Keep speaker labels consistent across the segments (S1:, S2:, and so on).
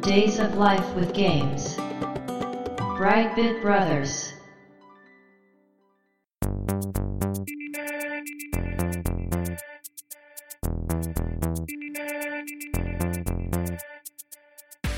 S1: Days of Life with Games. Brightbit Brothers.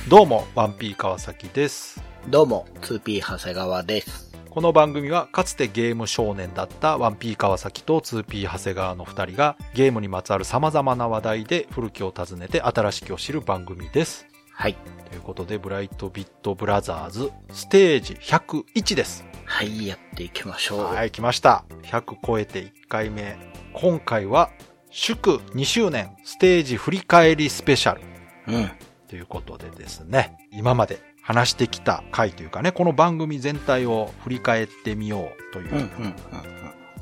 S2: どうも、ワンピー川崎です。
S3: どうも、2P 長谷川です。
S2: この番組は、かつてゲーム少年だったワンピー川崎と 2P 長谷川の2人が、ゲームにまつわる様々な話題で古きを訪ねて新しきを知る番組です。
S3: はい。
S2: ということで、ブライトビットブラザーズ、ステージ101です。
S3: はい、やっていきましょう。
S2: は
S3: はい。
S2: い、来ました。100超えて1回目。今回は、祝2周年、ステージ振り返りスペシャル。
S3: うん。、
S2: ということでですね、今まで話してきた回というかね、この番組全体を振り返ってみようといううん
S3: うん、うん。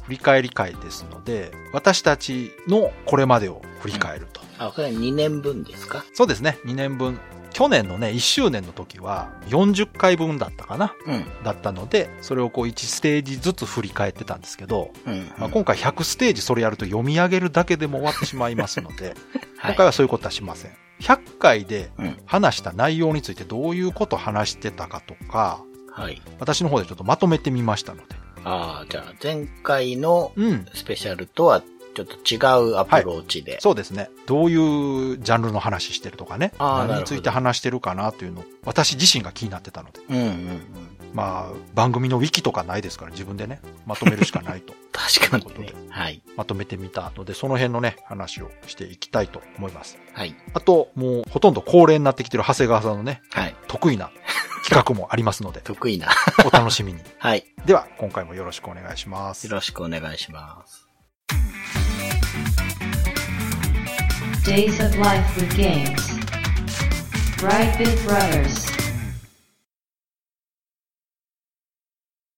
S2: 振り返り会ですので、私たちのこれまでを振り返ると。
S3: あ、これ2年分ですか
S2: そうですね、2年分。去年のね、1周年の時は40回分だったかな
S3: うん、
S2: だったので、それをこう1ステージずつ振り返ってたんですけど、
S3: うん、
S2: まあ、今回100ステージそれやると読み上げるだけでも終わってしまいますので、
S3: はい
S2: 今回はそういうことはしません。100回で
S3: うん。
S2: 話した内容についてどういうこと話してたかとか、
S3: はい。
S2: 私の方でちょっとまとめてみましたので。
S3: ああ、じゃあ、前回の
S2: うん。
S3: スペシャルとはちょっと違うアプローチで。
S2: そうですね。どういうジャンルの話してるとかね。
S3: あー
S2: 何
S3: なる
S2: に
S3: ほど
S2: ついて話してるかなというの、私自身が気になってたので。
S3: うん、うん、うん。
S2: まあ、番組のウィキとかないですから、自分でね、まとめるしか ないと。
S3: 確かに、
S2: という
S3: ね
S2: こ。
S3: はい。
S2: まとめてみたので、その辺のね、話をしていきたいと思います。
S3: はい。
S2: あと、もうほとんど恒例になってきてる長谷川さんのね、
S3: はい。、
S2: 得意な企画もありますので
S3: 得意な。
S2: お楽しみに。
S3: はい。
S2: では、今回もよろしくお願いします
S3: よ。ろしくお願いします。
S1: Days of Life with Games. Brightbit Brothers.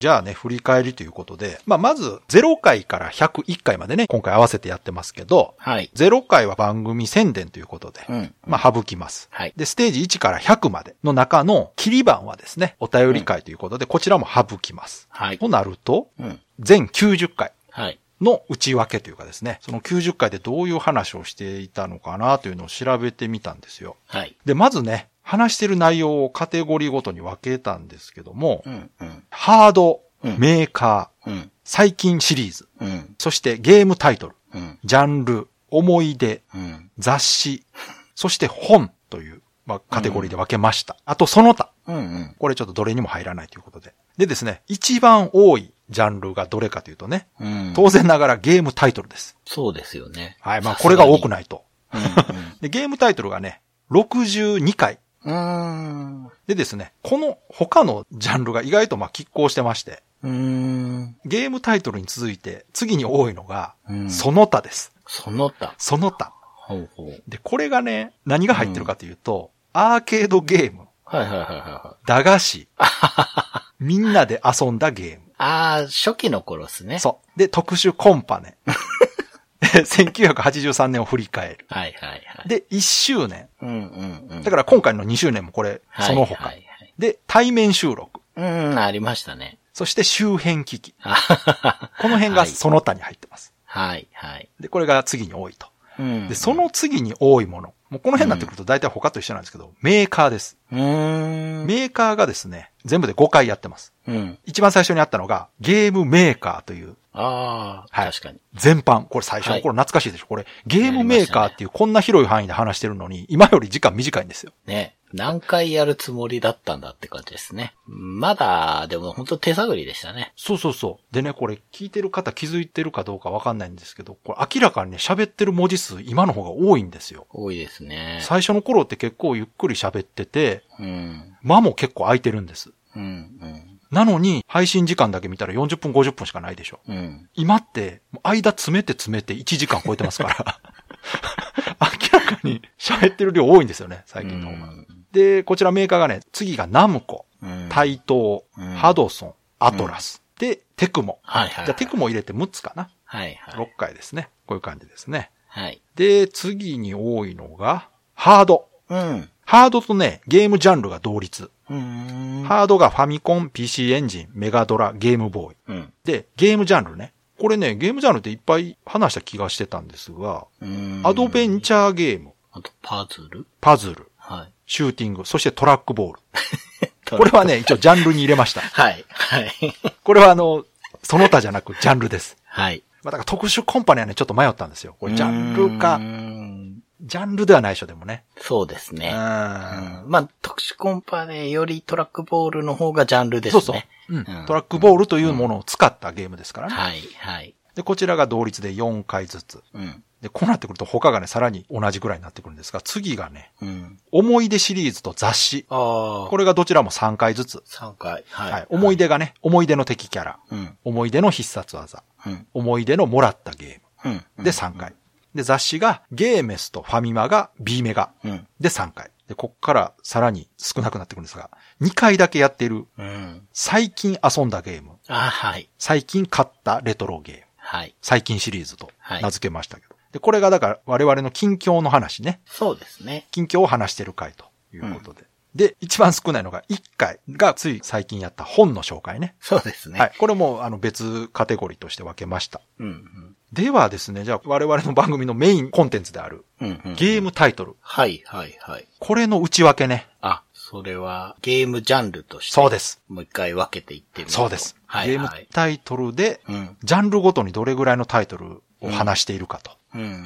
S2: じゃあね、振り返りということで、まあ、まず0回から101回までね、今回合わせてやってますけど、
S3: はい。
S2: 0回は番組宣伝ということで、
S3: うん。
S2: まあ、省きます。
S3: はい。
S2: で、ステージ1から100までの中の切り番はですね、お便り会ということで、こちらも省きます。
S3: はい
S2: と。なると、
S3: うん。
S2: 全90回
S3: はい。
S2: の内訳というかですね、その90回でどういう話をしていたのかなというのを調べてみたんですよ。
S3: はい。
S2: で、まずね、話してる内容をカテゴリーごとに分けたんですけども、
S3: うん、うん、
S2: ハード、
S3: うん
S2: メーカー、
S3: うん、
S2: 最近シリーズ、
S3: うん、
S2: そしてゲームタイトル、
S3: うん、
S2: ジャンル、思い出、
S3: うん。
S2: 雑 誌、そして本という、まあ、カテゴリーで分けました。あとその他。
S3: うん、うん。
S2: これちょっとどれにも入らないということで。でですね、一番多いジャンルがどれかというとね、
S3: うん。
S2: 当然ながらゲームタイトルです。
S3: そうですよね。
S2: はい、まあこれが多く
S3: ない。
S2: ないと。
S3: う
S2: で、ゲームタイトルがね、62回。
S3: んうん。う
S2: でですね、この他のジャンルが意外とまあ拮抗してまして、
S3: ーん。
S2: ゲームタイトルに続いて次に多いのが、
S3: うん
S2: その他です。
S3: その他。
S2: その他。
S3: ほうほう。
S2: で、これがね、何が入ってるかというと、アーケードゲーム、
S3: はいはいはいはいはい。
S2: 駄菓 子、みんなで遊んだゲーム。
S3: あー、初期の頃ですね。
S2: そう。で、特殊コンパ ネ。で1983年を振り返る。
S3: はいはいはい。
S2: で、1周年。
S3: うんうんうん。
S2: だから今回の2周年もこれ、
S3: はい
S2: その他。
S3: はいはい
S2: で、対面収録。
S3: うん、ありましたね。
S2: そして周辺機器。
S3: あははは
S2: この辺が
S3: はい
S2: その他に入ってます。
S3: はいはい。
S2: で、これが次に多いと。
S3: うん。
S2: で、そ、の次に多いもの。もうこの辺になってくると大体他と一緒なんですけど、メーカーです。
S3: うーん。
S2: メーカーがですね、全部で5回やってます。
S3: うん。
S2: 一番最初にあったのが、ゲームメーカーという、
S3: あー、
S2: はい
S3: 確かに。
S2: 全般。これ最初
S3: は
S2: の
S3: い
S2: 頃懐かしいでしょ、これ、ゲームメーカーっていうこんな広い範囲で話してるのに、今より時間短いんですよ。
S3: ね。何回やるつもりだったんだって感じですね。まだ、でも本当手探りでしたね。
S2: そうそうそう。でね、これ聞いてる方気づいてるかどうかわかんないんですけど、これ明らかにね、喋ってる文字数今の方が多いんですよ。
S3: 多いですね。
S2: 最初の頃って結構ゆっくり喋ってて、
S3: うん。
S2: 間も結構空いてるんです。
S3: うん。
S2: なのに、配信時間だけ見たら40分、50分しかないでしょ。
S3: うん。うん。
S2: 今って、間詰めて詰めて1時間超えてますから。 明らかに喋ってる量多いんですよね、最近の方が。で、こちらメーカーがね、次がナムコ、
S3: うん
S2: タイトー、
S3: うん
S2: ハドソン、アトラス、で、テクモ。
S3: はいはい。
S2: じゃあテクモ入れて6つかな。
S3: はいは
S2: 6
S3: い。
S2: 回ですね。こういう感じですね。
S3: はい。
S2: で、次に多いのが、ハード。
S3: うん。
S2: ハードとね、ゲームジャンルが同率。
S3: うん。
S2: ハードがファミコン、PC エンジン、メガドラ、ゲームボーイ。
S3: うん。
S2: で、ゲームジャンルね。これね、ゲームジャンルっていっぱい話した気がしてたんですが、アドベン
S3: チ
S2: チャーゲーム、
S3: あと、パズル
S2: パズル、
S3: はい。
S2: シューティング、そしてトラックボール。
S3: と
S2: これはね、一応ジャンルに入れま した。
S3: はい。はい。
S2: これはあの、その他じゃなくジャンルです。
S3: はい。
S2: まあ、だから特殊コンパネはね、ちょっと迷ったんですよ。これジャンルか
S3: うー、ん
S2: ジャンルではないでしょ、でもね。
S3: そうです
S2: うん。
S3: ね。まあ、特殊コンパネよりトラックボールの方がジャンルです
S2: そう
S3: ね。
S2: そう。うん
S3: うん。
S2: トラックボールというものを使ったゲームですからね。
S3: はい、はい。
S2: で、こちらが同率で4回ずつ。
S3: うん。
S2: で、こうなってくると他がね、さらに同じぐらいになってくるんですが、次がね、
S3: うん。
S2: 思い出シリーズと雑誌。
S3: ああ。
S2: これがどちらも3回ずつ。
S3: 3回。はい。
S2: はい。思い出がね、思い出の敵キャラ、
S3: うん。
S2: 思い出の必殺技、
S3: うん。
S2: 思い出のもらったゲ
S3: うん。
S2: ームで3回。で、雑誌がゲーメスとファミマが B メガ
S3: うん。
S2: で3回。で、こっからさらに少なくなってくるんですが、2回だけやっている
S3: うん。
S2: 最近遊んだゲーム、
S3: あはい。
S2: 最近買ったレトロゲーム、
S3: はい。
S2: 最近シリーズと
S3: はい
S2: 名付けましたけど。で、これがだから我々の近況の話ね。
S3: そうですね。
S2: 近況を話してる回ということで。で、一番少ないのが1回がつい最近やった本の紹介ね。
S3: そうですね。
S2: はい。これもあの別カテゴリーとして分けました。
S3: うん。
S2: ではですね、じゃあ我々の番組のメインコンテンツである
S3: うん。うん。うん。
S2: ゲームタイトル。
S3: はい、はい、はい。
S2: これの内訳ね。
S3: あ、それはゲームジャンルとして。
S2: そうです。
S3: もう一回分けていってみると
S2: そうです。
S3: はい、
S2: ゲーム
S3: はい。
S2: タイトルで、
S3: うん。
S2: ジャンルごとにどれぐらいのタイトルを話しているかと
S3: うん、うん、うん。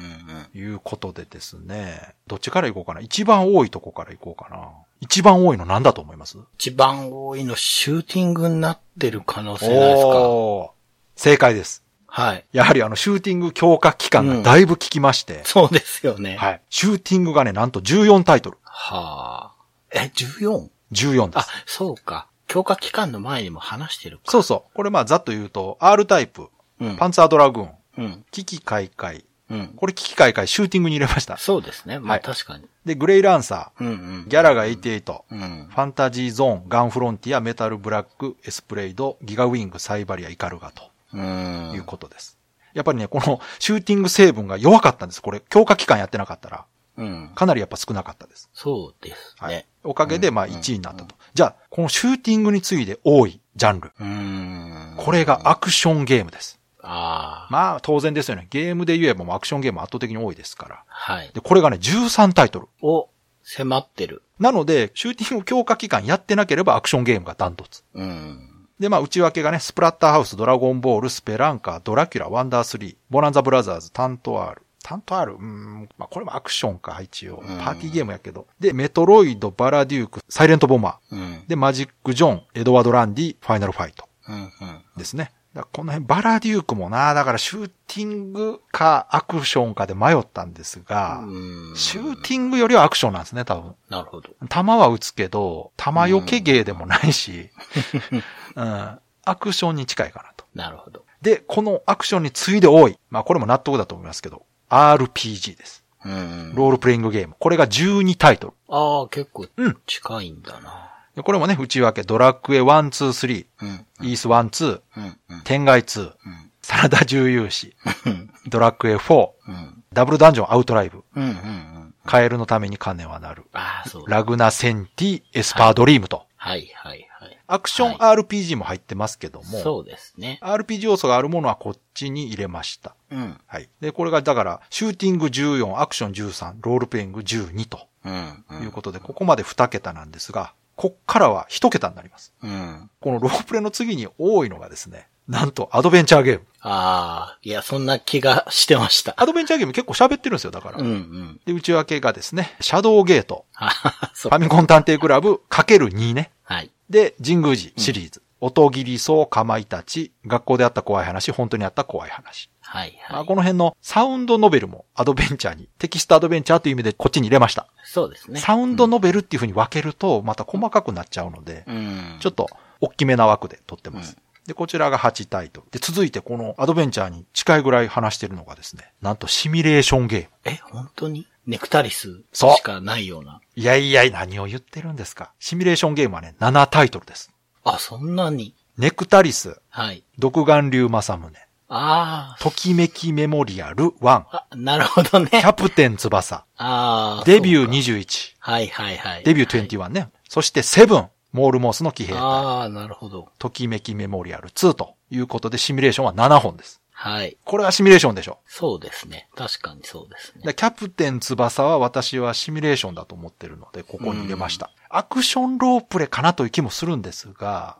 S2: いうことでですね。どっちからいこうかな。一番多いとこからいこうかな。一番多いの何だと思います
S3: 一番多いのシューティングになってる可能性ないですか。
S2: おー正解です。
S3: はい。
S2: やはりあの、シューティング強化期間がだいぶ効きまして、
S3: そうですよね。
S2: はい。シューティングがね、なんと14タイトル。
S3: はあ。え、14?
S2: 14で
S3: あ
S2: す。、
S3: そうか。強化期間の前にも話してるか。
S2: そうそう。これまあ、ざっと言うと、R タイプ、
S3: うん
S2: パンツァードラグーン、
S3: うん。
S2: 危機開会。
S3: うん。
S2: これ危機開会、シューティングに入れました。
S3: そうですね。ま
S2: は
S3: あ
S2: い
S3: 確かに。
S2: で、グレイランサ
S3: うんうん。
S2: ー、ギャラが88、
S3: うん
S2: フ。ァンタジーゾーン、ガンフロンティア、メタルブラック、エスプレイド、ギガウィング、サイバリア、イカルガと
S3: うん。
S2: いうことです。やっぱりね、このシューティング成分が弱かったんです。これ、強化期間やってなかったら、
S3: うん。
S2: かなりやっぱ少なかったです。
S3: そうです
S2: はい。
S3: ね。
S2: おかげで、まあ
S3: うん
S2: 1位になったと。じゃあ、このシューティングに次いで多いジャンル。
S3: うん。
S2: これがアクションゲームです。
S3: ああ。
S2: まあ、当然ですよね。ゲームで言えばもうアクションゲーム圧倒的に多いですから。
S3: はい。
S2: で、これがね、13タイトル。
S3: を迫ってる。
S2: なので、シューティング強化期間やってなければアクションゲームがダントツ。
S3: うん。
S2: で、まあ、内訳がね、スプラッターハウス、ドラゴンボール、スペランカ、ドラキュラ、ワンダー3、ボランザブラザーズ、タントアール。タントアールうーん、まあ、これもアクションか、一応。パーティーゲームやけど。で、メトロイド、バラデューク、サイレントボマー。
S3: うん。
S2: で、マジック・ジョン、エドワード・ランディ、ファイナル・ファイト
S3: うん。うん。
S2: ですね。だからこの辺、バラデュークもな、だからシューティングかアクションかで迷ったんですが、
S3: うん。
S2: シューティングよりはアクションなんですね、多分。
S3: なるほど。
S2: 弾は撃つけど、弾よけ芸でもないし、 うんアクションに近いかなと。
S3: なるほど。
S2: で、このアクションに次いで多い。まあこれも納得だと思いますけど、RPG です。
S3: うん。
S2: ロールプレイングゲーム。これが12タイトル。
S3: ああ、結構
S2: うん
S3: 近いんだな。
S2: でこれもね、内訳、ドラクエ1、2、
S3: うん。
S2: 3、イース1、2、
S3: うん。うん。
S2: 天外2、
S3: うん。
S2: サラダ重勇士、
S3: うん。
S2: ドラクエ4、
S3: うん。
S2: ダブルダンジョンアウトライブ、
S3: うん。うん。
S2: カエルのために金はなる、
S3: ああ、そうだ。
S2: ラグナセンティ、エスパードリームと、
S3: はい、はい、はい。
S2: アクション RPG も入ってますけども、
S3: そうですね。
S2: RPG 要素があるものはこっちに入れました。
S3: うん。
S2: はい。で、これがだから、シューティング14、アクション13、ロールプレイング12と
S3: うん。う
S2: いうことで、ここまで2桁なんですが、こっからは1桁になります。
S3: うん。
S2: このロープレの次に多いのがですね、なんとアドベンチャーゲーム。
S3: ああ、いや、そんな気がしてました。
S2: アドベンチャーゲーム結構喋ってるんですよ、だから。
S3: うんうん。
S2: で、内訳がですね、シャドウゲート、
S3: あははそ
S2: フ
S3: う
S2: ァ。ミコン探偵クラブ ×2 ね。
S3: はい。
S2: で、神宮寺シリーズ。音切りそう、かまいたち、学校であった怖い話、本当にあった怖い話。
S3: はい、
S2: ま
S3: は
S2: あ、
S3: い。
S2: この辺のサウンドノベルもアドベンチャーに、テキストアドベンチャーという意味でこっちに入れました。
S3: そうですね。
S2: サウンドノベルっていう風に分けると、また細かくなっちゃうので、
S3: うん。
S2: ちょっと大きめな枠で撮ってます。で、こちらが8タイトル。で、続いてこのアドベンチャーに近いぐらい話してるのがですね、なんとシミュレーションゲーム。
S3: え、本当にネクタリス
S2: そう
S3: しかないような。
S2: いやいや、何を言ってるんですか。シミュレーションゲームはね、7タイトルです。
S3: あ、そんなに。
S2: ネクタリス、
S3: はい。
S2: 独眼竜政宗、
S3: あ
S2: ときめきメモリアル1、
S3: あ。あ、なるほどね
S2: キ。ャプテン翼、
S3: ああ。
S2: デビュー
S3: そうか
S2: 21、
S3: はいはいはい。
S2: デビュー21ね。そしてセブン、モールモースの騎兵隊、
S3: ああ、なるほど。
S2: ときめきメモリアル2ということで、シミュレーションは7本です。
S3: はい。
S2: これはシミュレーションでしょ。
S3: そうですね。確かにそうですね。
S2: でキャプテン翼は私はシミュレーションだと思ってるので、ここに入れました。アクションロープレかなという気もするんですが、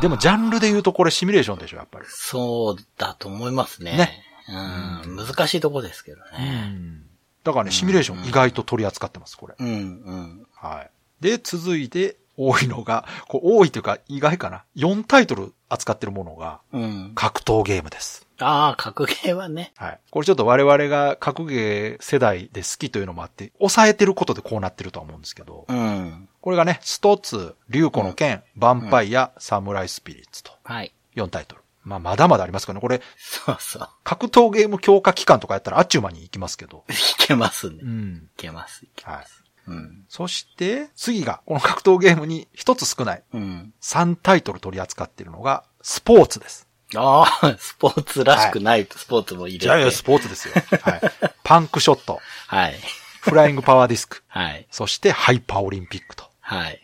S2: でもジャンルで言うとこれシミュレーションでしょ、やっぱり。
S3: そうだと思いますね。
S2: ね
S3: うん。難しいとこですけどね。
S2: だからね、シミュレーション意外と取り扱ってます、これ。
S3: うん、うん。
S2: はい。で、続いて、多いのが、こう多いというか意外かな。4タイトル扱ってるものが、
S3: うん。
S2: 格闘ゲームです。
S3: ああ、格ゲーはね。
S2: はい。これちょっと我々が格ゲー世代で好きというのもあって、抑えてることでこうなってるとは思うんですけど、
S3: うん。
S2: これがね、ストツ、竜子の剣、ヴァンパイア、サムライスピリッツと、
S3: はい。
S2: 4タイトル。まあ、まだまだありますからね。これ、
S3: そうそう。
S2: 格闘ゲーム強化期間とかやったらあっちゅう間に行きますけど。
S3: いけますね。
S2: う
S3: い
S2: ん。
S3: けます。いけ
S2: はい。
S3: うん。
S2: そして、次が、この格闘ゲームに一つ少ない、
S3: うん。
S2: 3タイトル取り扱ってるのが、スポーツです。
S3: ああ、スポーツらしくないスポーツも入れて。
S2: いやいやスポーツですよ。はい。パンクショット、
S3: はい。
S2: フライングパワーディスク、
S3: はい。
S2: そしてハイパーオリンピックと。
S3: はい。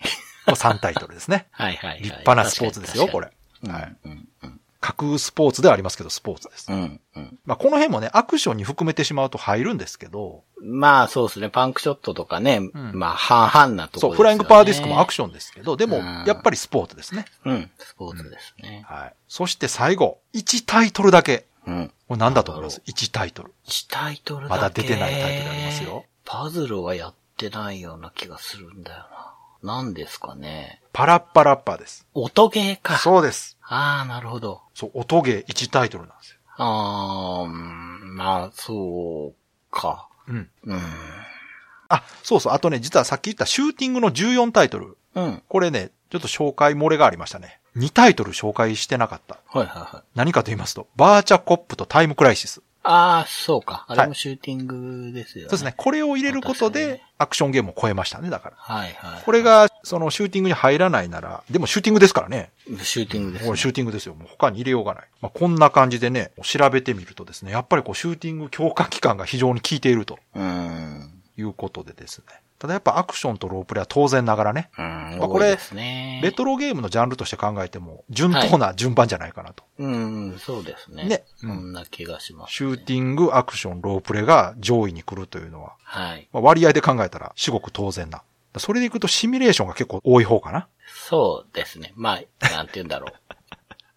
S2: これ3タイトルですね。
S3: はいはいはい。
S2: 立派なスポーツですよ、こ
S3: 確か
S2: れ
S3: に。。
S2: はい。
S3: うんうん
S2: 架空スポーツではありますけど、スポーツです
S3: う。ん。うん。
S2: まあ、この辺もね、アクションに含めてしまうと入るんですけど、
S3: まあそうですね。パンクショットとかね。
S2: ん
S3: まあ半々なとこ
S2: そ
S3: ろ
S2: う、フライングパワーディスクもアク
S3: シ
S2: ションですけど、でも
S3: う、ん
S2: やっぱりスポーツですね。
S3: ョン。うん。スポーツですね。
S2: はい。そして最後、1タイトルだけ。
S3: うん。
S2: これ何だと思います ?1 タイトル。
S3: 1タイトルだけ。
S2: まだ出てないタイトルありますよ。
S3: パズルはやってないような気がするんだよな。なんですかね。
S2: パラッパラッパーです。
S3: 音ゲーか。
S2: そうです。
S3: ああ、なるほど。
S2: そう、音ゲー1タイトルなんですよ。
S3: ああ、うんまあ、そうか。
S2: うん。
S3: うん。
S2: あ、そうそう。あとね、実はさっき言ったシューティングの14タイトル。
S3: うん。
S2: これね、ちょっと紹介漏れがありましたね。2タイトル紹介してなかった。
S3: はいはいはい。
S2: 何かと言いますと、バーチャコップとタイムクライシス。
S3: ああ、そうか。あ
S2: は
S3: れ
S2: い
S3: もシューティングですよ
S2: そ
S3: ね。
S2: うですね。。これを入れること
S3: 確かに
S2: で
S3: ね、
S2: アクションゲームを超えましたね、だから。
S3: はいはい。
S2: これが、そのシューティングに入らないなら、でもシューティングですからね。
S3: シューティングです、
S2: これ
S3: ね。
S2: シューティングですよ。もう他に入れようがない。まあ、こんな感じでね、調べてみるとですね、やっぱりこうシューティング強化期間が非常に効いていると
S3: うーん。
S2: いうことでですね。ただやっぱアクションとロープレは当然ながらね、
S3: うん。
S2: まあ
S3: 多いですね。
S2: レトロゲームのジャンルとして考えても、順当な順番じゃないかなと。
S3: うん、そうですね。
S2: ね
S3: そんな気がします、
S2: シューティング、アクション、ロープレが上位に来るというのは、
S3: はい。
S2: まあ、割合で考えたら至極当然な。それでいくとシミュレーションが結構多い方かな。
S3: そうですね。まあ、なんて言うんだろう。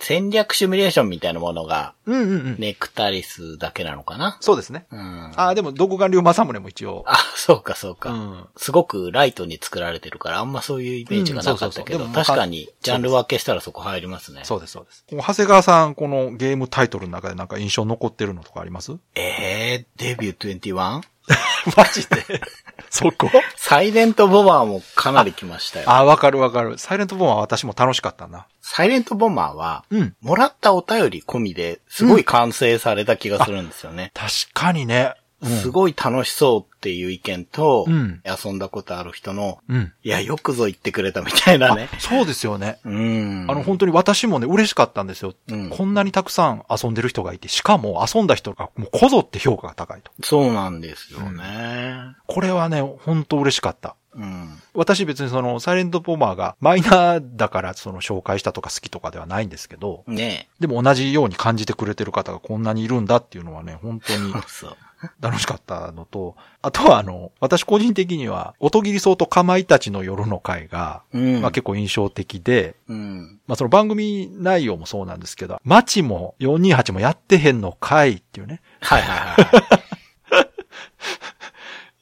S3: 戦略シミュレーションみたいなものが、
S2: うんうんうん。
S3: ネクタリスだけなのかな
S2: そうですね。
S3: うん。
S2: あ
S3: あ
S2: あ、でも、独眼竜政宗も一応。
S3: あ、そうかそうか、
S2: うん
S3: すごくライトに作られてるから、あんまそういうイメージがなかったけど、
S2: うんそうそうそうでも
S3: 確かにジャンル分けしたらそこ入りますね。
S2: そうです、そうです。この長谷川さん、このゲームタイトルの中でなんか印象残ってるのとかあります
S3: えー、デビュー 21?
S2: マジでそこ
S3: サイレントボマーもかなり来ましたよ。
S2: あ、わかるわかる。サイレントボーンは私も楽しかったな。
S3: サイレントボマーは、
S2: うん。
S3: もらったお便り込みですごい完成された気がするんですよね。
S2: 確かにね。
S3: すごい楽しそうっていう意見と、
S2: うん
S3: 遊んだことある人の、
S2: うん。
S3: いや、よくぞ言ってくれたみたいなね。
S2: そうですよね。
S3: うん。
S2: あの、本当に私もね、嬉しかったんですよ。
S3: うん
S2: こんなにたくさん遊んでる人がいて、しかも遊んだ人がもうこぞって評価が高いと。
S3: そうなんですよね。
S2: これはね、本当嬉しかった。
S3: うん。
S2: 私別にその、サイレントボーマーがマイナーだからその紹介したとか好きとかではないんですけど、
S3: ね
S2: でも同じように感じてくれてる方がこんなにいるんだっていうのはね、本当
S3: え
S2: に。
S3: そう。
S2: 楽しかったのと、あとはあの、私個人的には、音切り草とかまいたちの夜の会が、
S3: うん。
S2: まあ結構印象的で、
S3: うん。
S2: まあその番組内容もそうなんですけど、街も428もやってへんのかいっていうね、
S3: はいはいはい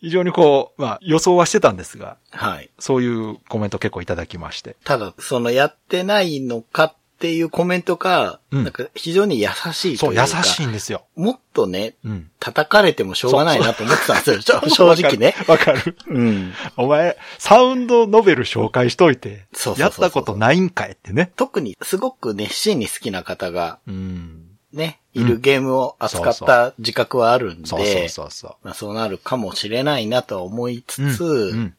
S2: 非常にこう、まあ予想はしてたんですが、
S3: はい。はい。
S2: そういうコメント結構いただきまして。
S3: ただ、そのやってないのかっていうコメントが、
S2: うん
S3: なんか非常に優しい
S2: そ
S3: と
S2: う、
S3: いう
S2: 優
S3: か。
S2: しい。んですよ。
S3: もっとね、
S2: うん。
S3: 叩かれてもしょうがないなと思ってたんですよ。ちょ正直ね。
S2: わかる。
S3: うん。
S2: お前、サウンドノベル紹介しといて
S3: そうそうそう、そう
S2: やったことないんかいってね。
S3: 特にすごく熱心に好きな方が
S2: うん。
S3: ね、
S2: うん
S3: いるゲームを扱った自覚はあるんで、
S2: そうそうそうそう。
S3: まあ、そうなるかもしれないなとは思いつつ、
S2: う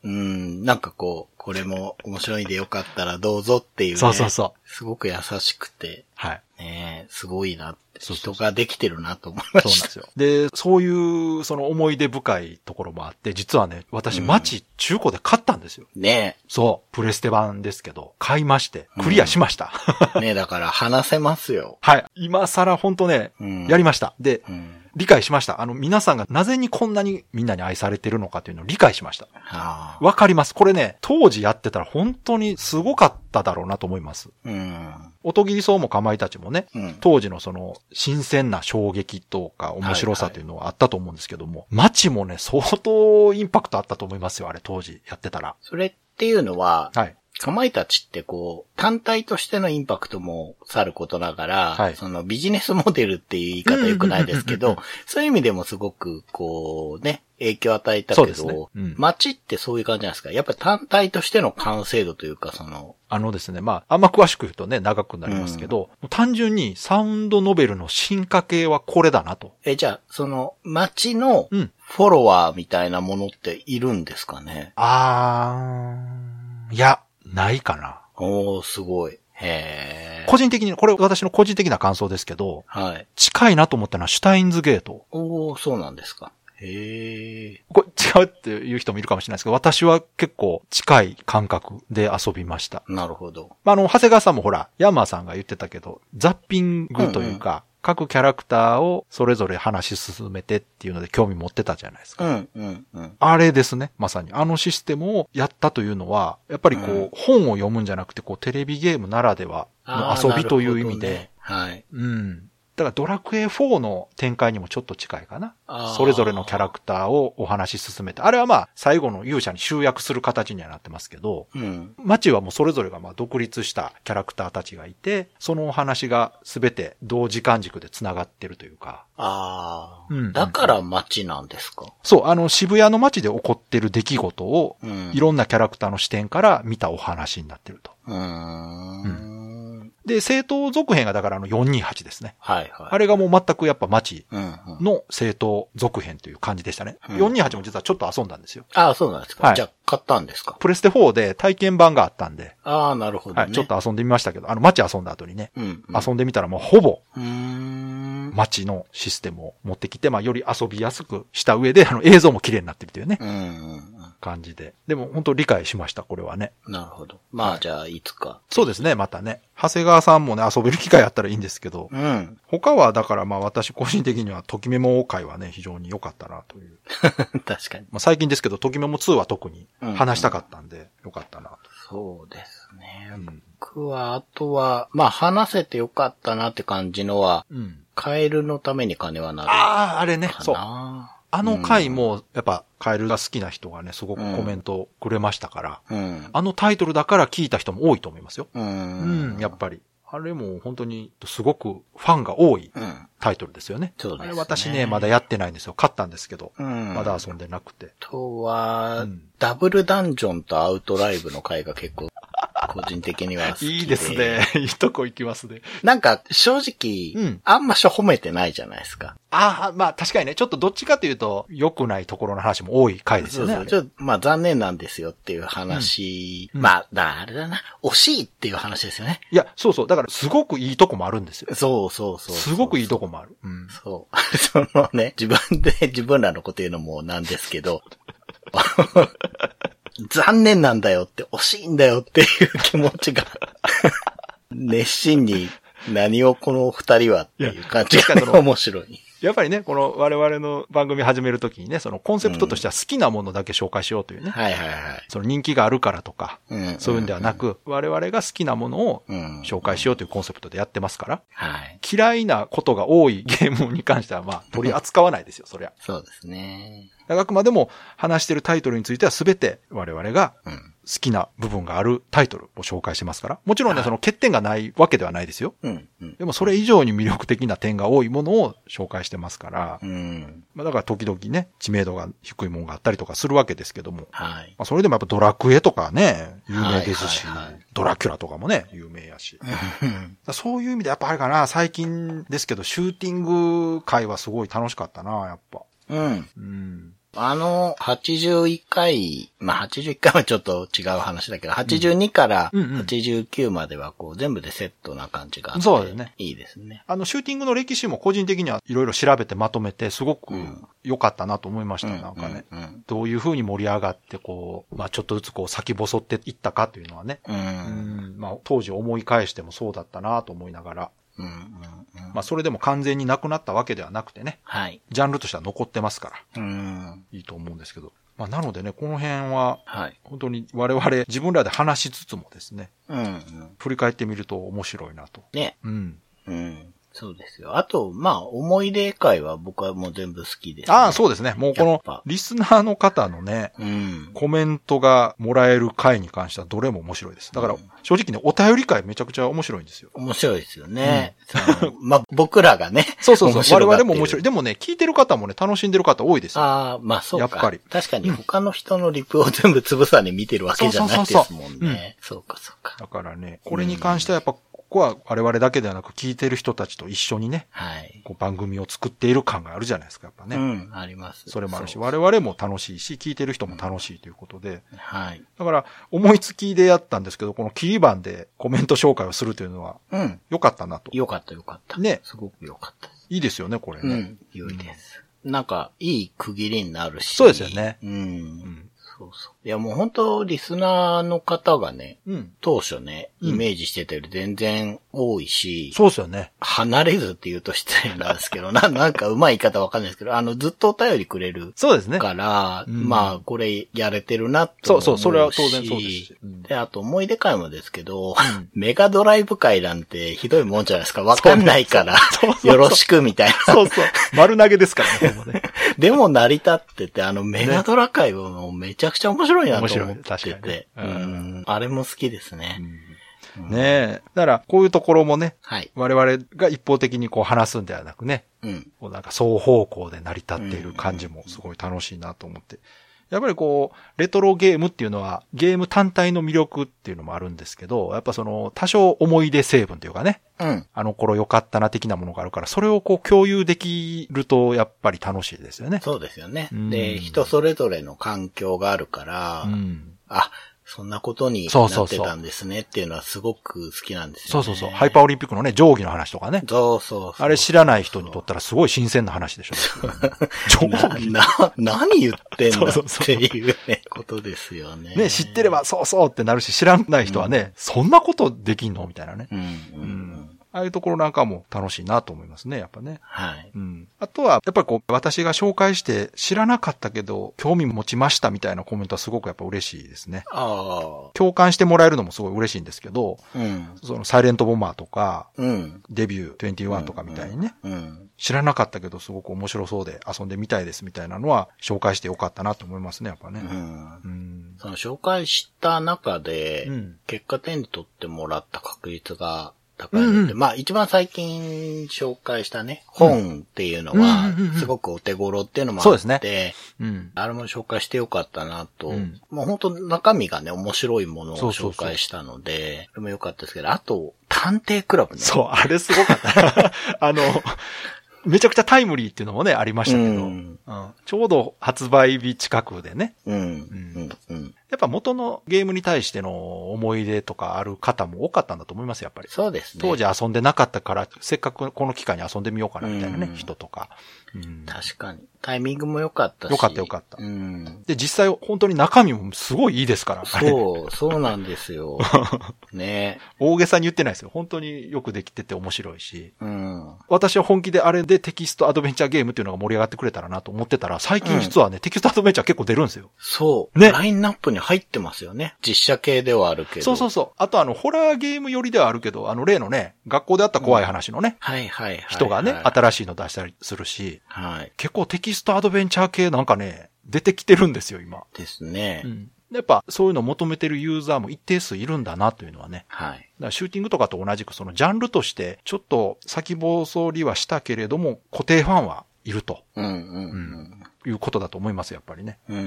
S3: うんん、なんかこう、これも面白いんでよかったらどうぞっていう、ね、
S2: そうそうそう。
S3: すごく優しくて、
S2: はい。
S3: ねすごいなって、
S2: そうそう
S3: 人ができてるなと思いま
S2: そうなん
S3: し
S2: で
S3: た。
S2: すよ。で、そういう、その思い出深いところもあって、実はね、私、
S3: うん
S2: 街中古で買ったんですよ。
S3: ね
S2: そう。プレステ版ですけ ど、買いまして、クリアしました。
S3: え、ねえ、だから話せますよ。
S2: はい。今更ほんとね、で、
S3: うん
S2: やりました。で、
S3: うん。
S2: 理解しました。あの、皆さんがなぜにこんなにみんなに愛されてるのかというのを理解しました。
S3: ああ。
S2: わかります。これね、当時やってたら本当にすごかっただろうなと思います。
S3: うん。
S2: 音切りそうもかまいたちもね、
S3: うん。
S2: 当時のその新鮮な衝撃とか面白さというのはあったと思うんですけども、街もね、相当インパクトあったと思いますよ、あれ当時やってたら。
S3: それっていうのは、
S2: はい。
S3: かまいたちってこう、単体としてのインパクトもさることながら、
S2: はい
S3: そのビジネスモデルっていう言い方良くないですけど、そういう意味でもすごくこうね、影響を与えた
S2: そう
S3: け
S2: ですね
S3: ど、
S2: うん
S3: 街ってそういう感じじゃないですか。やっぱり単体としての完成度というか、その、
S2: あのですね、まあ、あんま詳しく言うとね、長くなりますけど、単純にサウンドノベルの進化系はこれだなと。
S3: え、じゃあ、その街の
S2: うん
S3: フォロワーみたいなものっているんですかね、
S2: あー、いや、ないかな。
S3: おー、すごい。へー。
S2: 個人的に、これ私の個人的な感想ですけど、
S3: はい。
S2: 近いなと思ったのはシュタインズゲート。
S3: おー、そうなんですか。へー。
S2: これ違うっていう人もいるかもしれないですけど、私は結構近い感覚で遊びました。
S3: なるほど。
S2: まあ、あの、長谷川さんもほら、ヤンマーさんが言ってたけど、ザッピングというか、各キャラクターをそれぞれ話し進めてっていうので興味持ってたじゃないですか。
S3: うん、うん、うん。
S2: あれですね、まさに。あのシステムをやったというのは、やっぱりこう、
S3: うん
S2: 本を読むんじゃなくて、こう、テレビゲームならではの遊びという意味で、
S3: あー。なるほどねはい。
S2: うん。だからドラクエ4の展開にもちょっと近いかな
S3: あー。
S2: それぞれのキャラクターをお話し進めて、あれはまあ最後の勇者に集約する形にはなってますけど、
S3: うん。
S2: 街はもうそれぞれがまあ独立したキャラクターたちがいて、そのお話が全て同時間軸で繋がってるというか、
S3: ああ、
S2: うん
S3: だから街なんですか。
S2: そう、あの渋谷の街で起こってる出来事を、
S3: うん。
S2: いろんなキャラクターの視点から見たお話になってると。
S3: うーん。
S2: で、正統続編がだからあの428ですね。
S3: はいはい。
S2: あれがもう全くやっぱ街
S3: うん、うん。
S2: の正当続編という感じでしたね。
S3: うん
S2: 428も実はちょっと遊んだんですよ。
S3: ああ、そうなんですか。
S2: はい
S3: じゃあ、買ったんですか。
S2: プレステ4で体験版があったんで、
S3: ああ、なるほどね。
S2: はい、ちょっ。と遊んでみましたけど、あの街遊んだ後にね、
S3: うん、うん。
S2: 遊んでみたらもうほぼ
S3: うーん。
S2: 街のシステムを持ってきて、まあより遊びやすくした上で、あの映像も綺麗になってるというね、
S3: うん、うんうん。
S2: 感じで。でも本当理解しました、これはね。
S3: なるほど。まあ、じゃあ、いつか。
S2: そうですね、またね。長谷川さんもね、遊べる機会あったらいいんですけど、
S3: うん。
S2: 他はだからまあ私個人的にはときメモ会はね、非常に良かったなという。
S3: 確かに。
S2: まあ最近ですけど、ときメモ2は特に話したかったんで、良かったなと。
S3: そうですね。
S2: うん
S3: 僕は、あとは、まあ、話せてよかったなって感じのは、
S2: うん。
S3: カエルのために金はなるか
S2: ああ、あれね、
S3: な。
S2: そう。あの回も、やっぱ、カエルが好きな人がね、すごくコメントをくれましたから、
S3: うん。
S2: あのタイトルだから聞いた人も多いと思いますよ。
S3: う
S2: うん
S3: ん、
S2: やっぱり。あれも本当に、すごくファンが多い
S3: うん。
S2: タイトルですよね。
S3: そうですね
S2: あれ私ね、まだやってないんですよ。買ったんですけど、
S3: うん。
S2: まだ遊んでなくて。
S3: あとは、
S2: うん
S3: ダブルダンジョンとアウトライブの回が結構、個人的には好き で。
S2: いいですね。。いいとこ行きますね。
S3: なんか、正直、
S2: うん
S3: あんまし褒めてないじゃないですか。
S2: ああ、まあ確かにね、ちょっとどっちかというと、良くないところの話も多い回です
S3: そ
S2: よ
S3: う
S2: ね。
S3: そう。ちょっと、まあ残念なんですよっていう話。
S2: うん
S3: まあ、だからあれだな。惜しいっていう話ですよね。
S2: いや、そうそう。だから、すごくいいとこもあるんですよ。
S3: そうそうそう。
S2: すごくいいとこもある。うん。
S3: そう。 そのね、自分で 自分らのこと言うのもなんですけど、 残念なんだよって、惜しいんだよっていう気持ちが、 熱心に何をこの二人はっていう感じが、ね、面白い。
S2: やっぱりね、この我々の番組始めるときにね、そのコンセプトとしては好きなものだけ紹介しようというね、
S3: はいはいはい。
S2: その人気があるからとか、
S3: うん
S2: そういうんではなく、我々が好きなものを
S3: うん。
S2: 紹介しようというコンセプトでやってますから、
S3: はい。
S2: 嫌いなことが多いゲームに関しては、まあ、取り扱わないですよ、そりゃ。
S3: そうですね。
S2: だからあくまでも話してるタイトルについては全て我々が
S3: うん。
S2: 好きな部分があるタイトルを紹介してますから、もちろんね、その欠点がないわけではないですよ。
S3: うん。うん。
S2: でもそれ以上に魅力的な点が多いものを紹介してますから、
S3: うん。
S2: まあ、だから時々ね、知名度が低いもんがあったりとかするわけですけども、
S3: はい。
S2: まあ、それでもやっぱドラクエとかね、有名ですし、
S3: はいはいはい
S2: ドラキュラとかもね、有名やし。だからそういう意味でやっぱあれかな、最近ですけど、シューティング界はすごい楽しかったな、やっぱ。
S3: うん。
S2: うん。
S3: あの、81回、まあ、81回はちょっと違う話だけど、82から
S2: うんうん
S3: 89まではこう全部でセットな感じがあって、
S2: そうだよね
S3: いいですね。
S2: あの、シューティングの歴史も個人的にはいろいろ調べてまとめて、すごく
S3: うん
S2: 良かったなと思いました、なんかね。
S3: うんうん
S2: どういう風に盛り上がって、こう、まあちょっとずつこう先細っていったかというのはね、
S3: うん。う。
S2: うんん、まあ当時思い返してもそうだったなと思いながら、
S3: うん。うん
S2: まあそれでも完全になくなったわけではなくてね、
S3: はい。
S2: ジャンルとしては残ってますから、
S3: うん。
S2: いいと思うんですけど。まあなのでね、この辺は、
S3: はい。
S2: 本当に我々自分らで話しつつもですね、
S3: うんうん。
S2: 振り返ってみると面白いなと。
S3: ね。
S2: うん。
S3: うん。そうですよ。あと、まあ、思い出会は僕はもう全部好きです、
S2: ああ、そうですね。もうこ
S3: やっ
S2: の
S3: ぱ
S2: リスナーの方のね、
S3: う。うん。
S2: コメントがもらえる回に関してはどれも面白いです。だから正直ね、お便り回めちゃくちゃ面白いんですよ。
S3: 面白いですよね。そのまあ、僕らがね。
S2: そうそうそう。我
S3: がって
S2: 々
S3: る
S2: も面白い。でもね、聞いてる方もね、楽しんでる方多いですよ。
S3: ああ、まあそうか。
S2: やっぱり
S3: 確かに他の人のリプを全部つぶさに見てるわけじゃないですもん
S2: そうそうそうそううん
S3: ね。そうかそうか。
S2: だからね、これに関してはやっぱ、ここは我々だけではなく、聞いてる人たちと一緒にね、
S3: はい。
S2: こう番組を作っている感があるじゃないですか、やっぱね。
S3: うん、あります。
S2: それもあるし、
S3: そう
S2: 我々も楽しいし、聞いてる人も楽しいということで、
S3: はい。
S2: だから、思いつきでやったんですけど、この切り番でコメント紹介をするというのは、
S3: うん。
S2: 良かったなと。い
S3: よかったよかった。
S2: ね
S3: すごくよかったです。
S2: いですよね、これ
S3: う
S2: ね。
S3: ん、良いです。なんか、いい区切りになるし。
S2: そうですよね
S3: う。
S2: うんん。
S3: そうそう。いや、もう本当リスナーの方がね、
S2: うん。
S3: 当初ね、
S2: うん
S3: イメージしてたより全然多いし、
S2: そうですよね。
S3: 離れずって言うと失礼なんですけど、な、 なんかうまい言い方わかんないですけど、あの、ずっとお便りくれる
S2: そうですね。
S3: から、
S2: うん
S3: まあ、これやれてるなって
S2: そ
S3: 思
S2: う
S3: うし。
S2: そう、それは当然そうですし。うん
S3: で、あと思い出会もですけど、 メガドライブ会なんてひどいもんじゃないですか。わかんないから、よろしくみたいな。
S2: そうそう。丸投げですからね、ほんまね。
S3: でも成り立ってて、あのメガドラ会はもうめちゃくちゃ面白いなと思っ
S2: 面白
S3: て
S2: い確かにね
S3: て。
S2: う
S3: うんんあれも好きですね。
S2: ねえ。だから、こういうところもね、
S3: はい。
S2: 我々が一方的にこう話すんではなくね、
S3: うん。
S2: こうなんか双方向で成り立っている感じもすごい楽しいなと思って。やっぱりこう、レトロゲームっていうのは、ゲーム単体の魅力っていうのもあるんですけど、やっぱその、多少思い出成分というかね、
S3: うん。
S2: あの頃良かったな的なものがあるから、それをこう共有できると、やっぱり楽しいですよね。
S3: そうですよね
S2: うん。
S3: で、人それぞれの環境があるから、
S2: うん。
S3: あ、そんなことに
S2: そう
S3: な
S2: そう
S3: っ
S2: そう
S3: てたんですねっていうのはすごく好きなんですよ
S2: そう
S3: ね。
S2: そうそう。ハイパーオリンピックのね、定規の話とかね。
S3: そうそうそう。
S2: あれ知らない人にとったらすごい新鮮な話 でしょ。定
S3: な、
S2: 規
S3: な、何言ってんだ
S2: そうそう
S3: っ
S2: そ
S3: て
S2: う
S3: いうね、ことですよね。
S2: ね、知ってればそうそうってなるし、知らない人はね、そんなことできんのみたいなね。
S3: うん、うん、
S2: う
S3: うんん。
S2: ああいうところなんかも楽しいなと思いますね、やっぱね。
S3: はい。
S2: うん。あとは、やっぱりこう、私が紹介して知らなかったけど、興味持ちましたみたいなコメントはすごくやっぱ嬉しいですね。
S3: あ
S2: 共感してもらえるのもすごい嬉しいんですけど、
S3: あ、うん、
S2: その、サイレントボマーとか、
S3: うん、
S2: デビュー21とかみたいにね、
S3: うん。
S2: 知らなかったけどすごく面白そうで遊んでみたいですみたいなのは紹介してよかったなと思いますね、やっぱ
S3: う
S2: ね。
S3: ん。
S2: うん。
S3: その紹介した中で、
S2: うん
S3: 結果点に取ってもらった確率が高いので、
S2: うんうん
S3: まあ一番最近紹介したね、本っていうのは
S2: うんうんうんうん、
S3: すごくお手頃っていうのもあって、
S2: そうですねうん。
S3: あれも紹介してよかったなと。
S2: うん
S3: もう本当中身がね、面白いものを
S2: そうそう
S3: 紹
S2: そう
S3: 介したので、それもよかったですけど、あと、探偵クラブね。
S2: そう、あれすごかった。 あの、めちゃくちゃタイムリーっていうのもね、ありましたけど、
S3: う
S2: うん
S3: ん
S2: ちょうど発売日近くでね、
S3: うん。うん。うん。
S2: やっぱ元のゲームに対しての思い出とかある方も多かったんだと思います、やっぱり。
S3: そうですね。
S2: 当時遊んでなかったから、せっかくこの機会に遊んでみようかなみたいなね、
S3: うん
S2: 人とか。うん
S3: 確かに。タイミングも良かったし。
S2: 良かった良かった
S3: うん。
S2: で、実際本当に中身もすごいいいですから、あれ
S3: そう、そうなんで すよ。ね
S2: 大げさに言ってないですよ。本当によくできてて面白いし。
S3: うん。
S2: 私は本気であれでテキストアドベンチャーゲームっていうのが盛り上がってくれたらなと思ってたら、最近実はね、テキストアドベンチャー結構出るんですよ。
S3: そう。
S2: ね
S3: ラインナップに入ってますよね。実写系ではあるけど。
S2: そうそうそう。あとあの、ホラーゲーム寄りではあるけど、あの、例のね、学校であった怖い話のね、
S3: はいはいはい。
S2: 人がね、
S3: はい。
S2: 新しいの出したりするし、
S3: はい。
S2: 結構テキストアドベンチャー系なんかね、出てきてるんですよ、今。
S3: ですね。
S2: うん。やっぱ、そういうのを求めてるユーザーも一定数いるんだなというのはね。
S3: は
S2: だ
S3: い。
S2: からシューティングとかと同じく、そのジャンルとして、ちょっと先細りはしたけれども、固定ファンはいると
S3: うんうん
S2: いうことだと思います、やっぱりね。
S3: うん。う。
S2: うん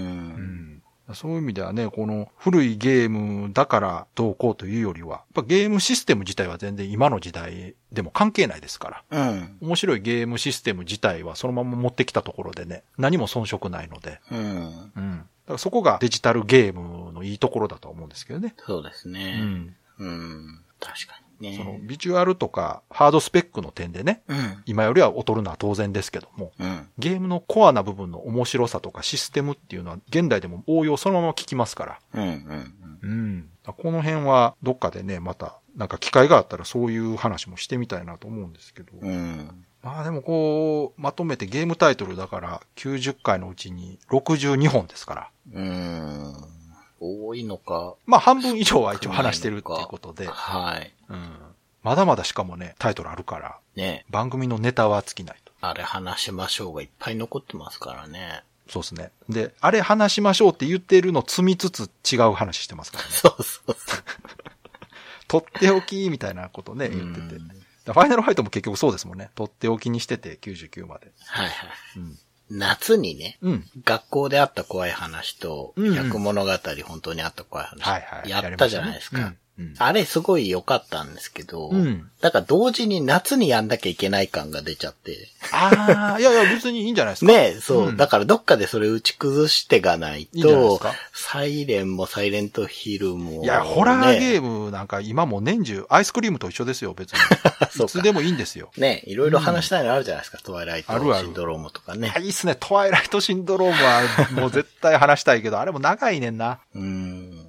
S2: ん。そういう意味ではね、この古いゲームだからどうこうというよりは、やっぱゲームシステム自体は全然今の時代でも関係ないですから。
S3: うん。
S2: 面白いゲームシステム自体はそのまま持ってきたところでね、何も遜色ないので。
S3: うん。
S2: うん。だからそこがデジタルゲームのいいところだと思うんですけどね。
S3: そうです
S2: う
S3: ね。
S2: ん。
S3: うん。確かにね。
S2: そのビジュアルとかハードスペックの点でね、
S3: うん。
S2: 今よりは劣るのは当然ですけども、
S3: うん。
S2: ゲームのコアな部分の面白さとかシステムっていうのは現代でも応用そのまま聞きますから。
S3: うん。うん。
S2: うん。この辺はどっかでね、またなんか機会があったらそういう話もしてみたいなと思うんですけど。
S3: うん。
S2: まあでもこう、まとめてゲームタイトルだから90回のうちに62本ですから。
S3: うん。多いのか。
S2: まあ半分以上は一応話してるっていうことで。
S3: はい。
S2: うん。まだまだしかもね、タイトルあるから、
S3: ね
S2: 番組のネタは尽きないと。
S3: あれ話しましょうがいっぱい残ってますからね。
S2: そうですね。で、あれ話しましょうって言ってるの積みつつ違う話してます からね。
S3: そうそうそう。
S2: とっておきみたいなことね、言ってて。
S3: うん
S2: ファイナルファイトも結局そうですもんね。とっておきにしてて、99まで。
S3: はいはい。
S2: うん。
S3: 夏にね、
S2: うん。
S3: 学校であった怖い話と、
S2: うんうん
S3: 百物語本当にあった怖い話、
S2: はいはい。
S3: やったじゃないですか。
S2: やりましたね。うん。
S3: あれすごい良かったんですけど、
S2: うん
S3: だから同時に夏にやんなきゃいけない感が出ちゃって。
S2: ああ、いやいや、別にいいんじゃないですか。
S3: ねえ、そう、
S2: うん
S3: だからどっかでそれ打ち崩してがないと、
S2: いいんじゃないですか
S3: サイレンもサイレントヒルも、
S2: いや、ホラーゲ
S3: ム。
S2: ームなんか今もう年中、アイスクリームと一緒ですよ、別に。
S3: そうか
S2: いつでもいいんですよ。
S3: ねえ、いろいろ話したいのあるじゃないですか。トワイライト
S2: あるある
S3: シンドロームとかね。
S2: いやいいっすね。トワイライトシンドロームはもう絶対話したいけど、あれも長いねんな。
S3: うーん。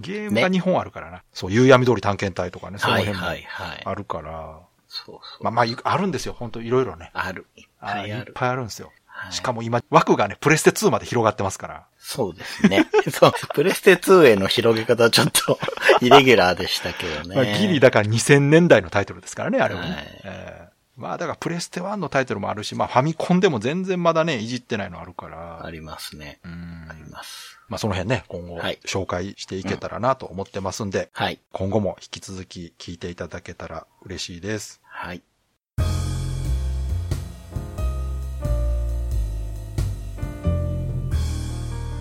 S2: ゲームが2本あるからな。そう、夕闇通り探検隊とかね、その
S3: はい
S2: 辺も
S3: はいはい。
S2: あるから。
S3: そうそう。
S2: まあまあ、いあるんですよ、本当いろいろね。
S3: ある。いっ
S2: あ
S3: ぱ
S2: ー
S3: い
S2: い
S3: あ
S2: っ
S3: る。
S2: ぱいあるんですよ。
S3: はい
S2: しかも今、枠がね、プレステ2まで広がってますから。
S3: そうですね。 そう。プレステ2への広げ方はちょっと、 イレギュラーでしたけどね。
S2: まあ、ギリだから2000年代のタイトルですからね、あれはね。
S3: はい
S2: えーまあだからプレステ1のタイトルもあるし、まあファミコンでも全然まだね、いじってないのあるから。
S3: ありますね。
S2: うん
S3: あります。
S2: まあその辺ね、今後
S3: はい
S2: 紹介していけたらなと思ってますんで、
S3: はい。
S2: 今後も引き続き聞いていただけたら嬉しいです。
S3: はい。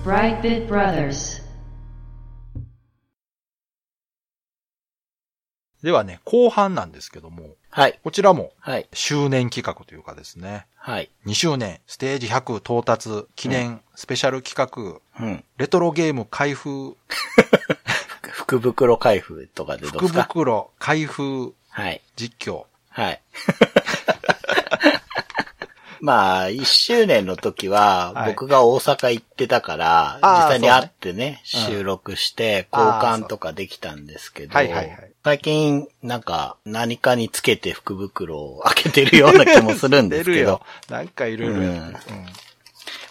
S1: Brightbit Brothers.
S2: ではね、後半なんですけども、
S3: はい。
S2: こちらも
S3: はい。
S2: 周年企画というかですね、
S3: はい。
S2: 2周年ステージ100到達記念スペシャル企画、
S3: うん。
S2: レトロゲーム開封、
S3: 福袋開封とかでどう
S2: 福
S3: ですか
S2: 袋開封
S3: はい。
S2: 実況。
S3: はい。 まあ、一周年の時は
S2: は、い
S3: 僕が大阪行ってたから、
S2: あー
S3: 実際に
S2: そうね
S3: 会ってね、
S2: うん
S3: 収録して、
S2: あー
S3: 交換とかできたんですけど
S2: はいはいはい、
S3: 最近、なんか、何かにつけて福袋を開けてるような気もするんですけど、。
S2: なんかいろいろやってる。うん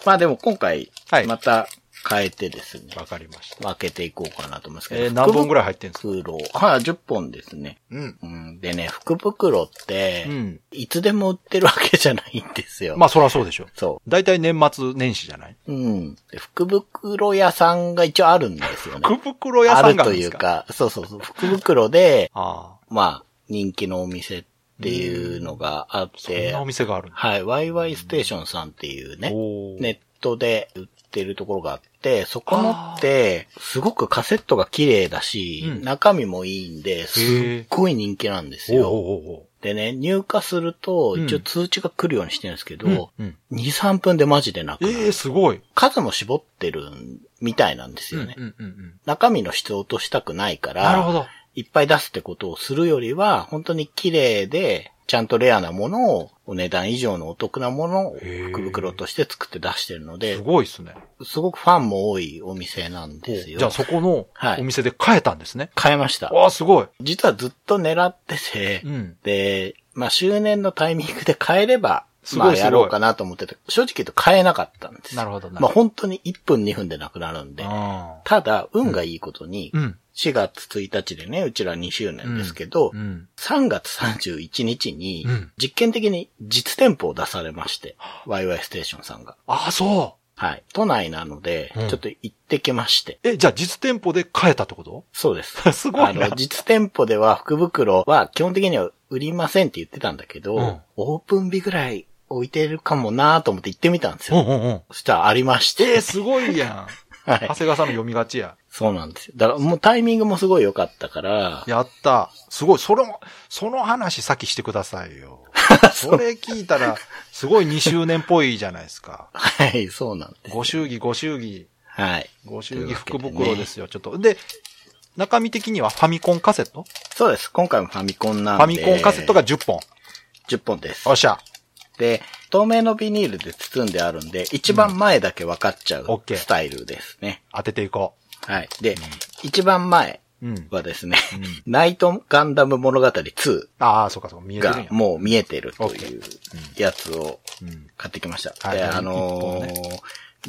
S3: まあでも今回
S2: はい、
S3: また変えてですね、
S2: わかりました。
S3: 開けていこうかなと思うんですけど、
S2: えー何本ぐ
S3: らい
S2: らい入ってるんですか
S3: 福袋、はい、10本ですね。
S2: うん。
S3: うんでね、福袋って、
S2: うん。
S3: いつでも売ってるわけじゃないんですよ。
S2: まあそらそうでしょ。
S3: そ。
S2: 大体年末年始じゃないう
S3: うん。で福袋屋さんが一応あるんですよね。
S2: 福袋屋さんが
S3: あるというか、そうそうそう。福袋で、
S2: あ
S3: まあ、人気のお店っていうのがあ
S2: あ。
S3: っ
S2: そん
S3: て
S2: なお、店があるんだ
S3: はい、ワイワイステーションさんっていうね、
S2: おー
S3: ネットで売ってるところがあって、そこのって、すごくカセットが綺麗だし、
S2: うん
S3: 中身もいいんで、すっごい人気なんです
S2: おー
S3: よ。
S2: おーおー
S3: でね、入荷すると、
S2: うん
S3: 一応通知が来るようにしてるんですけど、
S2: おーうんうん
S3: 2、3分でマジでなくなる
S2: ええ、すごい。
S3: 数も絞ってるみたいなんですよね。
S2: うんうんうん
S3: 中身の質を落としたくないか
S2: なるほ
S3: ら、
S2: ど。
S3: いっぱい出すってことをするよりは、本当に綺麗で、ちゃんとレアなものを、お値段以上のお得なものを
S2: へー、
S3: 福袋として作って出してるのです
S2: ごいですね。
S3: すごくファンも多いお店なんですよ。
S2: じゃあそこの
S3: はい
S2: お店で買えたんですね。
S3: 買えました。
S2: わあ、すごい。
S3: 実はずっと狙ってて、
S2: うん。
S3: で、まあ、周年のタイミングで変えれば、
S2: すごい
S3: まあ、
S2: すごい
S3: やろうかなと思ってて、正直言うと変えなかったんです。
S2: なるほどな
S3: まあ、本当に1分2分でなくなるんで。
S2: あ
S3: ただ、運がいいことに
S2: ー、うん。
S3: 4月1日でね、うちら2周年ですけど、
S2: うん。
S3: 3月31日に
S2: うん、
S3: 実験的に実店舗を出されまして、ワイワイステーションさんが。
S2: ああ、そ
S3: はい。都内なので、
S2: うん
S3: ちょっと行ってきまして。
S2: う。え、じゃあ実店舗で買えたってこと
S3: そうです。
S2: すご
S3: あ
S2: いな
S3: の、。実店舗では福袋は基本的には売りませんって言ってたんだけど、
S2: うん
S3: オープン日ぐらい置いてるかもなと思って行ってみたんです
S2: う
S3: よ。
S2: んうんうん。
S3: そしたらありまし
S2: え
S3: て
S2: ー、、すごい やん。
S3: はい
S2: 長。谷川さんの読みがちや。
S3: そうなんですよ。だからもうタイミングもすごい良かったから、
S2: やった。すごい。それも、その話先してください よ。それ聞いたら、すごい2周年っぽいじゃないです か。
S3: はい、そうなんです。
S2: ご祝儀、ご祝儀、
S3: はい。
S2: ご祝儀
S3: とい
S2: 福
S3: うわけでね
S2: 袋ですよ、ちょっと。で、中身的にはファミコンカセット
S3: そうです。今回もファミコンなん
S2: フ
S3: で。
S2: ァミコンカセットが10本。
S3: 10本です
S2: お。っしゃ。
S3: で、透明のビニールで包んであるんで、一番前だけ分かっちゃう
S2: オッケー
S3: スタイルですね。
S2: 当てていこ
S3: はい。で、一番前
S2: うん。うん。
S3: はですね、ナイトガンダム物語2
S2: ああ、そうかそうか、見えてるん
S3: が
S2: や。
S3: もう見えてると
S2: オッケ
S3: いう
S2: ー
S3: やつを
S2: うん。
S3: 買ってきました。
S2: はい
S3: で、
S2: はい
S3: あのー
S2: 一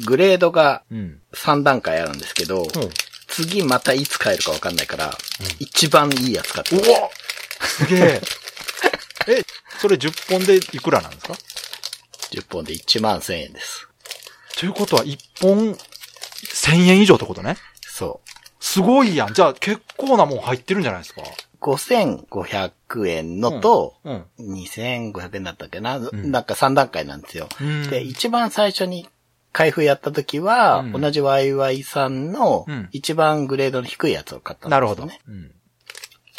S3: グレードが
S2: うん。
S3: 3段階あるんですけど、
S2: うん。
S3: 次またいつ買えるかわかんないから、一番いいやつ買ってきました
S2: おおすげ え。え、それ10本でいくらなんですか
S3: 10本で1万1000円です。
S2: ということは1本1000円以上ってことね。
S3: そ
S2: すごいやん。じゃあ結構なもん入ってるんじゃないですか。
S3: う。5500円のと、
S2: うん。
S3: 2500円だったっけな、
S2: ん
S3: なんか3段階なんですよ。
S2: うん
S3: で、一番最初に開封やった時は、
S2: うん
S3: 同じワイワイさんの
S2: うん
S3: 一番グレードの低いやつを買ったんです
S2: なる
S3: よ、ね。
S2: ほど。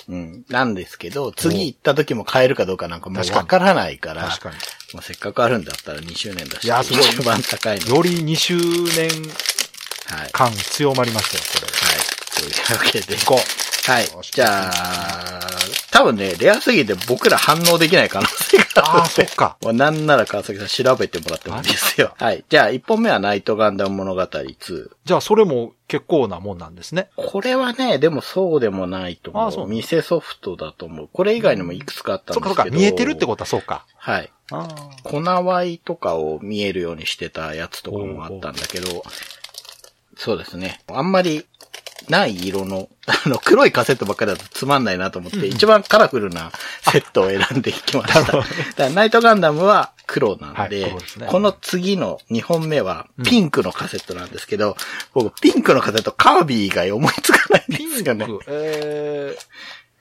S2: うん。
S3: うん。なんですけど、次行った時も買えるかどうかなんかもう
S2: 確かに
S3: わからないから、
S2: 確かに。
S3: もうせっかくあるんだったら2周年だし、
S2: いやすごい
S3: 一番高いの。はい。
S2: より2周年
S3: はい。
S2: 感強まりましたよ、
S3: というわけで。
S2: これ。こ
S3: はい。じゃあ、多分ね、レアすぎて僕ら反応できない可能性が ある
S2: ああ、そっか。
S3: もうなんなら川崎さん調べてもらってもいいですよ。はい。じゃあ、一本目はナイトガンダム物語2。
S2: じゃあそれも結構なもんなんですね。
S3: これはね、でもそうでもないと
S2: あそ
S3: 思う。
S2: う
S3: 店ソフトだと思う。これ以外にもいくつかあったん
S2: そ
S3: です
S2: っ
S3: け
S2: かそ
S3: ど。
S2: っか、見えてるってことはそうか。
S3: はい。
S2: あ
S3: 粉ワイとかを見えるようにしてたやつとかもあったんだけど、そうですね。あんまりない色の、あの、黒いカセットばっかりだとつまんないなと思って、一番カラフルなセットを選んでいき ました。だからナイトガンダムは黒なんで、
S2: はい黒ですね
S3: この次の2本目はピンクのカセットなんですけど、僕ピンクのカセットカービィ以外思いつかないんで
S2: ピ
S3: す
S2: ン
S3: よね。
S2: ク、え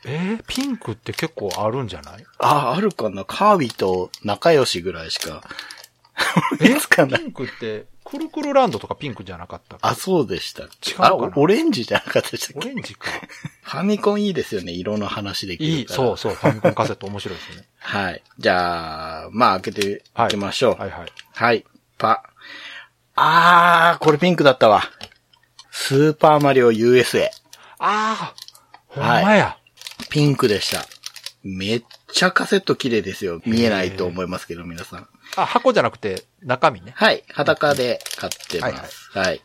S2: ー、えー、ピンクって結構あるんじゃない
S3: あ、あるかなカービィと仲良しぐらいしか思いつかない
S2: ピ。ンクって、くるくるランドとかピンクじゃなかったっけ
S3: あ、そうでしたっけ
S2: 違うかな
S3: あおオレンジじゃなかったでした
S2: オ
S3: っけ
S2: レンジか。
S3: ファミコンいいですよね、色の話でき
S2: い
S3: る
S2: い、
S3: から。
S2: そうそう、ファミコンカセット面白いですね。
S3: はい。じゃあ、まあ開けていきましょう。は。
S2: はいいはい。
S3: パ。あー、これピンクだったわ。スーパーマリオ USA。
S2: ああほんまや。
S3: ピンクでした。めっちゃカセット綺麗ですよ。見えないと思いますけど、皆さん。
S2: あ、箱じゃなくて、中身ね。
S3: はい。裸で買ってます。はい、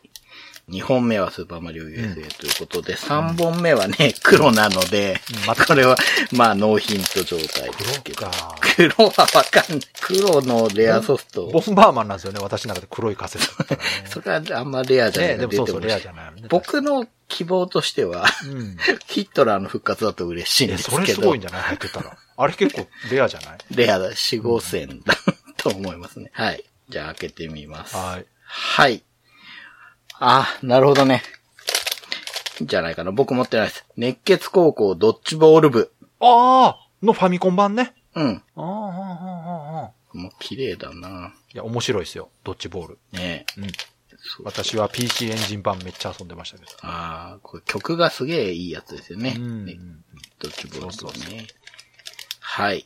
S3: 2本目はスーパーマリオ USA ということで、3本目はね、黒なので、
S2: ま
S3: これは、まあ、ノーヒント状態ですけ
S2: 黒
S3: ど。
S2: か。
S3: 黒はわかんない。黒のレアソフト。
S2: ボンバーマンなんですよね、私の中で黒いカ セットだったらね。
S3: それはあんまレアじゃない、
S2: ねでもそうそう、
S3: 出て
S2: レ
S3: ま
S2: ア
S3: し
S2: じ
S3: た
S2: ゃないよね。
S3: 僕の希望としては、
S2: うん。
S3: ヒットラーの復活だと嬉しいん
S2: え、
S3: です
S2: それ
S3: け
S2: すご
S3: ど
S2: いん、じゃない入ってたら。あれ結構レアじゃない
S3: レアだ、4、5戦だと思いますね。はい。じゃあ開けてみます。
S2: はい。
S3: はい。あ、なるほどね。じゃないかな。僕持ってないです。熱血高校ドッジボール部。
S2: ああのファミコン版ね。
S3: うん。
S2: ああ、ああ、ああ。
S3: もう綺麗だな。
S2: いや、面白いですよ。ドッジボール。
S3: ねえ。
S2: うん。
S3: そう
S2: 私は PC エンジン版めっちゃ遊んでましたけど。
S3: ああ、これ曲がすげえいいやつですよね。ねドッジボール部ね。
S2: そうそうそ
S3: はい。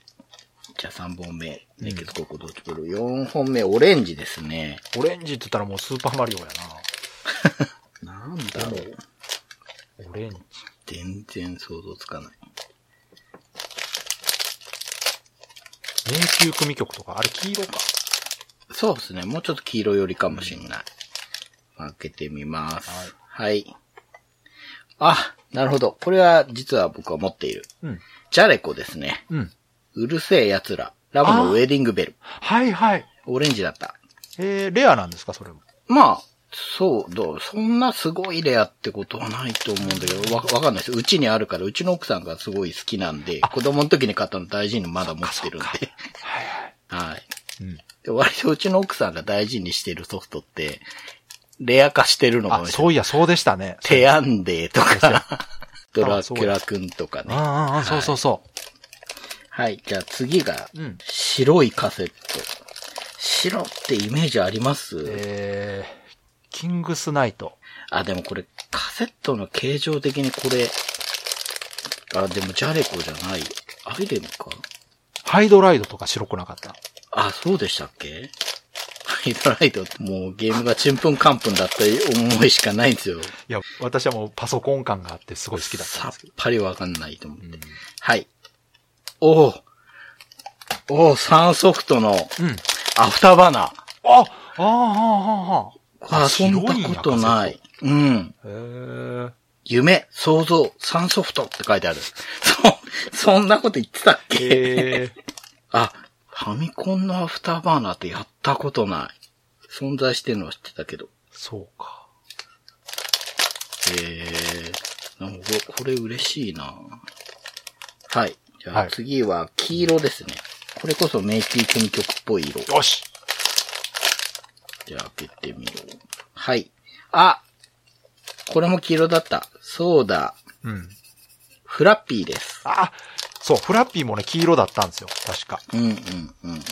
S3: じゃあ3本目。熱血高校ドッジボール。4本目、オレンジですね。
S2: オレンジって言ったらもうスーパーマリオや
S3: なんだろう。
S2: な。オレンジ。
S3: 全然想像つかない。
S2: 迷宮組曲とか、あれ黄色か。
S3: そうですね。もうちょっと黄色よりかもしんない。開けてみます。はい。あ、なるほど。これは実は僕は持っている。
S2: うん。
S3: ジャレコですね。
S2: うん。
S3: うるせえ奴ら。ラブのウェディングベル。
S2: はいはい。
S3: オレンジだった。
S2: えー、レアなんですか、それも。
S3: まあ、そう、どう、そんなすごいレアってことはないと思うんだけど、わ、わかんないです。うちにあるから、うちの奥さんがすごい好きなんで、子供の時に買ったの大事にまだ持ってるんで。はい。
S2: うん。
S3: で割とうちの奥さんが大事にしてるソフトって、レア化してるのが多い
S2: あ、
S3: ですよ
S2: そういや、そうでしたね。
S3: テアンデーとか、 ドラキュラくんとか
S2: うんう
S3: ね。
S2: んうん、そうそうそ
S3: はい、じゃあ次が、
S2: う。うん。
S3: 白いカセット。白ってイメージあります、
S2: えー、キングスナイト。
S3: あ、でもこれ、カセットの形状的にこれ、あ、でもジャレコじゃない。アイレムか
S2: ハイドライドとか白くなかった。
S3: あ、そうでしたっけ ハイドライドってもうゲームがちんぷんかんぷんだった思いしかないんですよ。
S2: いや、私はもうパソコン感があってすごい好きだったん
S3: さ
S2: で
S3: っ
S2: すけど。
S3: ぱりわかんないと思って。
S2: ん
S3: はい。おおおおサンソフトの
S2: うん。
S3: アフターバナー。
S2: ああああああああ
S3: これ遊んだことない。うん。
S2: へえ。
S3: 夢、想像、サンソフトって書いてある。 そ、そんなこと言ってたっけ
S2: へ え。
S3: あ、ファミコンのアフターバーナーってやったことない。存在してるのは知ってたけど。
S2: そうか。
S3: えー、なんかこれこれ嬉しいなはい。じゃ
S2: は
S3: あ
S2: い
S3: 次は黄色ですね。これこそ迷宮組曲っぽい色。
S2: よし
S3: じゃあ開けてみよう。はい。あこれも黄色だった。そうだ。
S2: うん。
S3: フラッピーです。
S2: あ、そう、フラッピーもね、黄色だったんですよ。確か。
S3: うんうんうん。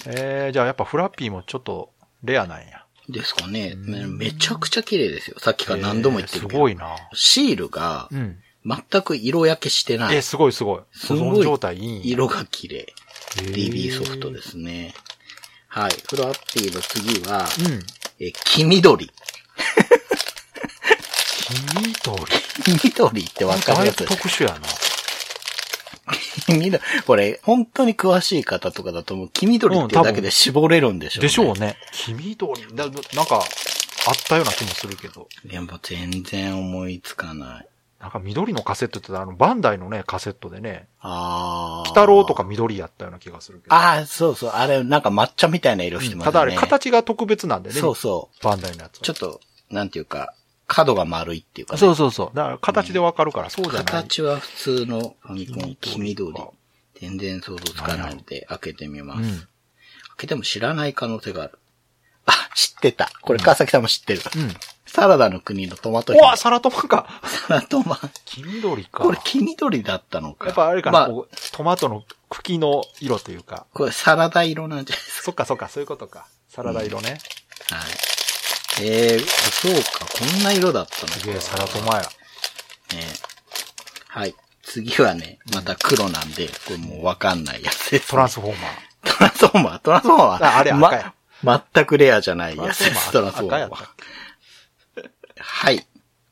S2: えー、じゃあやっぱフラッピーもちょっとレアなんや。
S3: ですかね。めめちゃくちゃ綺麗ですよ。さっきから何度も言ってるけど。
S2: えーすごいな。
S3: シールが
S2: うん。
S3: 全く色焼けしてな
S2: えー、
S3: い。
S2: すごいすごい。
S3: す
S2: 保
S3: ごい
S2: 存状態いいんや。
S3: 色が綺麗。
S2: へー
S3: DB ソフトですね。はい。フラッピーの次は、
S2: うん。
S3: え、黄緑。
S2: 黄緑。
S3: 黄緑ってわか
S2: だ
S3: る
S2: い
S3: や
S2: ぶ
S3: つ。
S2: 特殊やな。
S3: 黄緑。これ、本当に詳しい方とかだともう黄緑っていうだけで絞れるんでしょうね。
S2: でしょうね。黄緑。ななんか、あったような気もするけど。
S3: いや、もう全然思いつかない。
S2: なんか緑のカセットってあの、バンダイのね、カセットでね、
S3: あー。
S2: 北郎とか。緑やったような気がするけど。
S3: あー、そうそう。あれ、なんか抹茶みたいな色して
S2: うん
S3: ますね。
S2: ただあれ、形が特別なんでね。
S3: そうそう。
S2: バンダイのやつは
S3: ちょっと、なんていうか、角が丸いっていうか、ね。
S2: そうそうそう。だから形でわかるから、そうじゃない。
S3: 形は普通のファミコン、黄緑
S2: か。
S3: 全然想像つかないので、開けてみます。
S2: うん
S3: 開けても知らない可能性がある。あ、知ってた。これ川崎さんも知ってる。
S2: うん。
S3: サラダの国のトマト
S2: うわ、サラトマか。
S3: サラトマ。
S2: 黄緑か。
S3: これ黄緑だったのか。
S2: やっぱあれか
S3: ま
S2: な、
S3: あ、
S2: こうトマトの茎の色というか。
S3: これサラダ色なんじゃないで す
S2: そっかそっか、そういうことか。サラダ色ね。
S3: か。はい。えー、そうか。こんな色だったのか。
S2: すげえ、サラトマや。
S3: ねはい。次はね、また黒なんで、これもうわかんないやつです。
S2: トランスフォーマー。
S3: トランスフォーマー、トランスフォーマーは、
S2: ああれ赤や
S3: ま、全くレアじゃないやつです、ト
S2: ト
S3: ラ
S2: ラ
S3: ン
S2: ン
S3: ス
S2: ス
S3: フ
S2: フォ
S3: ォー
S2: ー
S3: マ
S2: マ
S3: ー
S2: ー
S3: は。はい。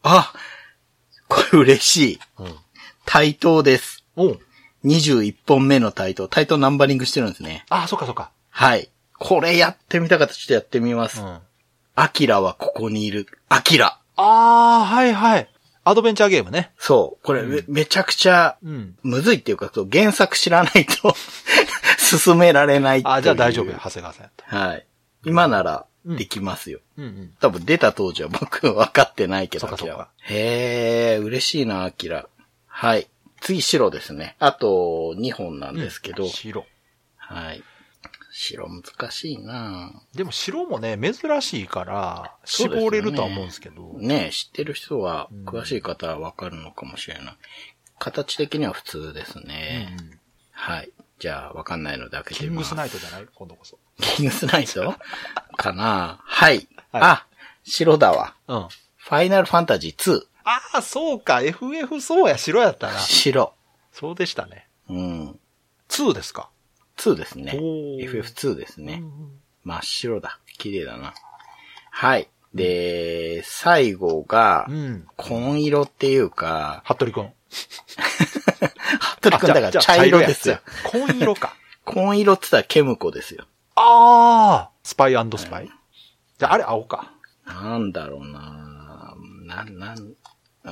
S3: あこれ嬉しい。
S2: うん。
S3: 対等です。
S2: おう
S3: 21本目の対等。対等ナンバリングしてるんですね。
S2: あ、そっかそっか。
S3: はい。これやってみたかった。ちょっとやってみま
S2: う
S3: す
S2: ん。。あ
S3: アキラはここにいる。アキラ。
S2: あー、はいはい。アドベンチャーゲームね。
S3: そう。これめ、めちゃくちゃ
S2: うん。
S3: むずいっていうか、そう原作知らないと 進められないっていう
S2: あ、じゃあ大丈夫や、長谷川さんやった
S3: はい。今ならできますよ。
S2: ら。うんうん。
S3: 多分出た当時は僕分かってないけど、
S2: そっかそっか
S3: アキラはへえ、嬉しいな、アキラ。はい。次、白ですね。あと、2本なんですけど。
S2: 白。
S3: はい。白難しいな
S2: でも白もね、珍しいから、
S3: そうですね
S2: 絞れるとは思うんですけど。
S3: ねえ、知ってる人は、詳しい方は分かるのかもしれない。形的には普通ですね。
S2: うんうん
S3: はい。じゃあ、分かんないので開け
S2: キ
S3: て
S2: ン
S3: み
S2: グ
S3: ま
S2: ス
S3: す。
S2: ナイトじゃない今度こそ。
S3: キングスナイトかなはい。
S2: はい
S3: あ、白だわ。
S2: うん。あ
S3: ファイナルファンタジー
S2: あ、そうか。FF そうや、白やったな
S3: 2。。白。
S2: そうでしたね。
S3: うん。
S2: 2ですか。
S3: 2ですね。
S2: おー
S3: FF2 です
S2: う
S3: ね。
S2: ん
S3: 真っ白だ。綺麗だな。はい。で、最後が
S2: う、ん。
S3: 紺色っていうか、
S2: 服部くん。
S3: 服部くんだから茶色ですよ。。
S2: じゃあじゃあ茶色や紺色か。
S3: 紺色って言ったらケムコですよ。
S2: ああスパイスパイじゃあ、あれ青か。
S3: なんだろうななん、なん、うー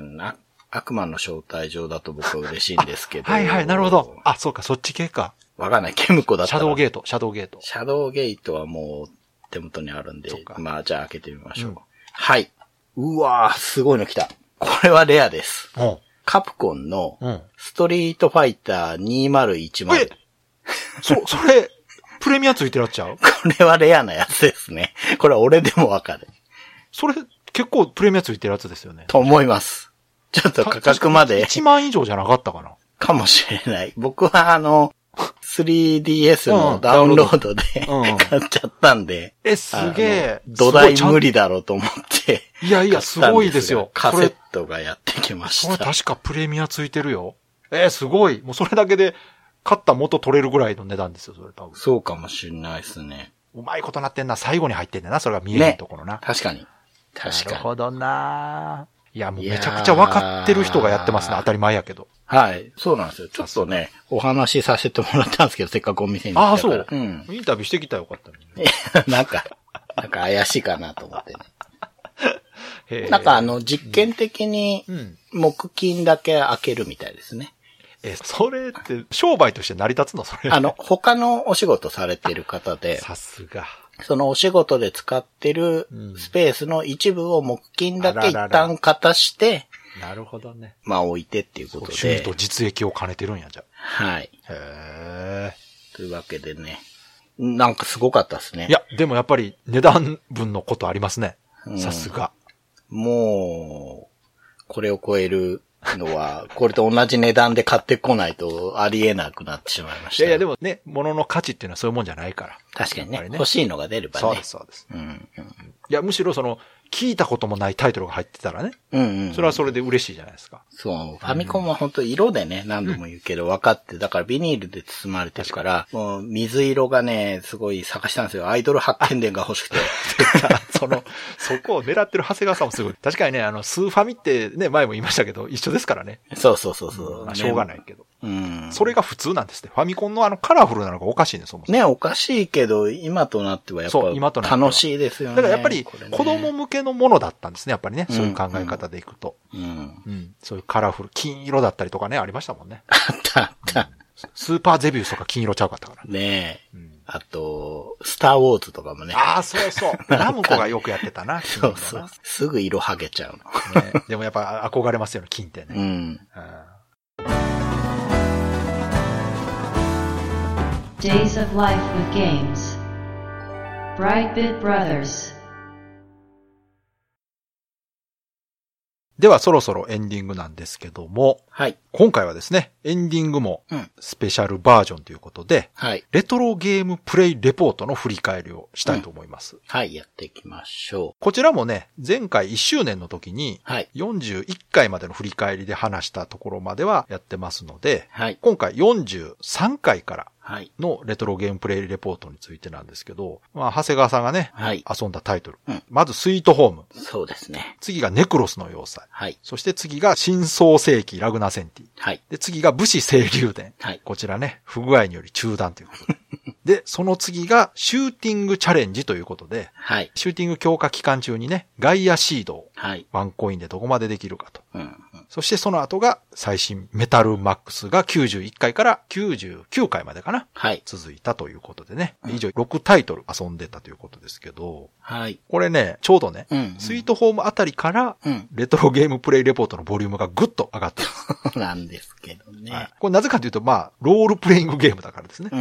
S3: ん、な、悪魔の招待状だと僕は嬉しいんですけど。
S2: はいはい、なるほど。。あ、そうか、そっち系か。
S3: わかんない。ケムコだった
S2: シャ
S3: ら。
S2: ドウゲート、シャドウゲート。
S3: シャドウゲートはもう手元にあるんで
S2: そっ、か
S3: まあじゃあ開けてみましょう。
S2: うん
S3: はい。うわー、すごいの来た。これはレアです。
S2: うん。
S3: カプコンの
S2: うん。
S3: ストリートファイター2010
S2: え。そ、それ、プレミアついてらっちゃう
S3: これはレアなやつですね。これは俺でもわかる。
S2: それ、結構プレミアついてるやつですよね。
S3: と思います。ちょっと価格まで
S2: 1万以上じゃなかったかな。
S3: かもしれない。僕はあの、3DS
S2: う
S3: の
S2: ん
S3: ダウンロードで、
S2: うん
S3: 買っちゃったんで。
S2: え、すげえ
S3: あ。の土台無
S2: 理。
S3: 理だろうと思って。
S2: いやいや、すごいですよ。
S3: カ
S2: そ
S3: セ
S2: れ
S3: ッ、トがやってきまし
S2: それ
S3: た。
S2: 確かプレミアついてるよ。えー、すごい。もうそれだけで、買った元取れるぐらいの値段ですよ、それ多分。
S3: そうかもしれないですね。
S2: うまいことなってんな。最後に入ってんだな。それが見えないところな。
S3: 確かに。確
S2: なる
S3: かに。
S2: ほどないや、もうめちゃくちゃ分かってる人がやってます
S3: い
S2: ね。
S3: やー
S2: 当たり前やけど。
S3: はい。そうなんですよ。ちょっとね、お話しさせてもらったんですけど、せっかくお店に
S2: あ
S3: 行
S2: あ、
S3: った
S2: そ
S3: から
S2: う。。
S3: ん。
S2: インタビューしてきたらよかったのに。
S3: なんか、なんか怪しいかなと思ってね。
S2: へー
S3: なんかあ、の、実験的に
S2: うん。
S3: 木金だけ開けるみたいですね。
S2: え、それって、商売として成り立つのそれ。
S3: あの、他のお仕事されてる方で、
S2: さすが。
S3: そのお仕事で使ってる
S2: うん
S3: スペースの一部を木金だけ
S2: あら
S3: 一
S2: らら
S3: 旦型して、
S2: なるほどね。
S3: まあ置いてっていうこと
S2: 趣味
S3: で
S2: と、実益を兼ねてるんや、じゃ
S3: はい。
S2: あ。へ
S3: というわけでね、なんかすごかったですね。
S2: え。いや、でもやっぱり値段分のことありますね
S3: う。ん
S2: さすが。
S3: もう、これを超えるのは、これと同じ値段で買ってこないとありえなくなってしまいまし
S2: い
S3: た。
S2: やいや、で
S3: も。
S2: もね、物の価値っていうのはそういうもんじゃないから。
S3: 確かに
S2: やっ
S3: ね
S2: ぱりね
S3: 欲しいのが出ればね。
S2: そうです、そうです。
S3: うん。うん。
S2: いや、むしろその、聞いたこともないタイトルが入ってたらね、
S3: うん、うん。
S2: それはそれで嬉しいじゃないですか。
S3: そう。ファミコンは本当色でね、何度も言うけど分かって、だからビニールで包まれてるから、もう水色がね、すごい探したんですよ。アイドル発見伝が欲しく て。
S2: その、そこを狙ってる長谷川さんもすごい。確かにね、あの、スーファミってね、前も言いましたけど、一緒ですからね。
S3: そうそうそうそう、
S2: まあしょうがないけど。
S3: うん。
S2: それが普通なんですね。ファミコンのあのカラフルなのがおかしいね、そもそも。
S3: ね、おかしいけど、今となってはやっ
S2: そう今となって
S3: ぱ
S2: は
S3: 楽しいですよね。
S2: だからやっぱり
S3: これね
S2: 子供向けのものだったんですね、やっぱりね。
S3: うん
S2: そういう考え方でいくと。
S3: うん。
S2: うん。そういうカラフル、金色だったりとかね、ありましたもんね。
S3: あったあった。
S2: スーパーゼビウスとか金色ちゃうかったから。
S3: ねえ。
S2: うん
S3: あと、スターウォーズとかもね。
S2: ああ、そう そう。ラムコがよくやってたな、金
S3: そ
S2: 色
S3: う
S2: な
S3: そう。すぐ色剥げちゃうの。
S2: ねでもやっぱ憧れますよね、金って
S3: う
S2: ね。
S3: ん。
S2: うん。
S1: Days of Life with Games. Brightbit Brothers.
S2: ではそろそろエンディングなんですけども、
S3: はい。
S2: 今回はですね、エンディングも
S3: うん
S2: スペシャルバージョンということで、
S3: はい。
S2: レトロゲームプレイレポートの振り返りをしたいと思います。
S3: はい、やっていきましょ
S2: こちらもね、前回1周年の時に
S3: う。、はい。
S2: 41回までの振り返りで話したところまではやってますので、
S3: はい。
S2: 今回43回から
S3: はい。
S2: のレトロゲームプレイレポートについてなんですけど、まあ、長谷川さんがね、
S3: はい。
S2: 遊んだタイトル。
S3: うん
S2: まず、スイートホーム。
S3: そうですね。
S2: 次がネクロスの要塞。
S3: はい。
S2: そして次が新創世紀ラグナセンティ。
S3: はい。
S2: で、次が武士清流伝。
S3: はい。
S2: こちらね、不具合により中断ということ で。で、その次がシューティングチャレンジということで、
S3: はい。
S2: シューティング強化期間中にね、ガイアシードを
S3: はい。
S2: ワンコインでどこまでできるかと。
S3: うんうん。
S2: そしてその後が最新メタルマックスが91回から99回までかな。
S3: はい。
S2: 続いたということでね。以上6タイトル遊んでたということですけど、
S3: はい。
S2: これね、ちょうどね、
S3: うんうん
S2: スイートホームあたりから
S3: うん。
S2: レトロゲームプレイレポートのボリュームがぐっと上がった。
S3: なん ですけどね。
S2: はいこれなぜかというと、まあ、ロールプレイングゲームだからですね。
S3: う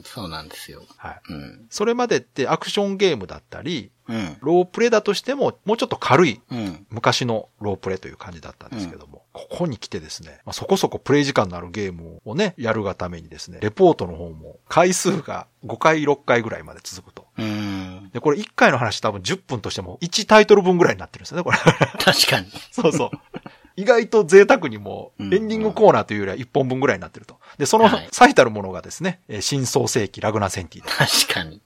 S3: ん。そうなんですよ。
S2: はい。
S3: うん。
S2: それまでってアクションゲームだったり、
S3: うん。
S2: ロープレイだとしても、もうちょっと軽い
S3: うん。
S2: 昔のロープレイという感じだったんですけども、ここに来てですね、まあ、そこそこプレイ時間のあるゲームをね、やるがためにですね、レポートの方も回数が5回、6回ぐらいまで続くと。
S3: うん。
S2: で、これ1回の話多分10分としても1タイトル分ぐらいになってるんですよね、これ。
S3: 確かに。
S2: そうそう。意外と贅沢にも
S3: うん
S2: う、エンディングコーナーというよりは一本分ぐらいになってると。で、その
S3: はい
S2: 最たるものがですね、えー新創世紀ラグナセンティ。
S3: 確かに。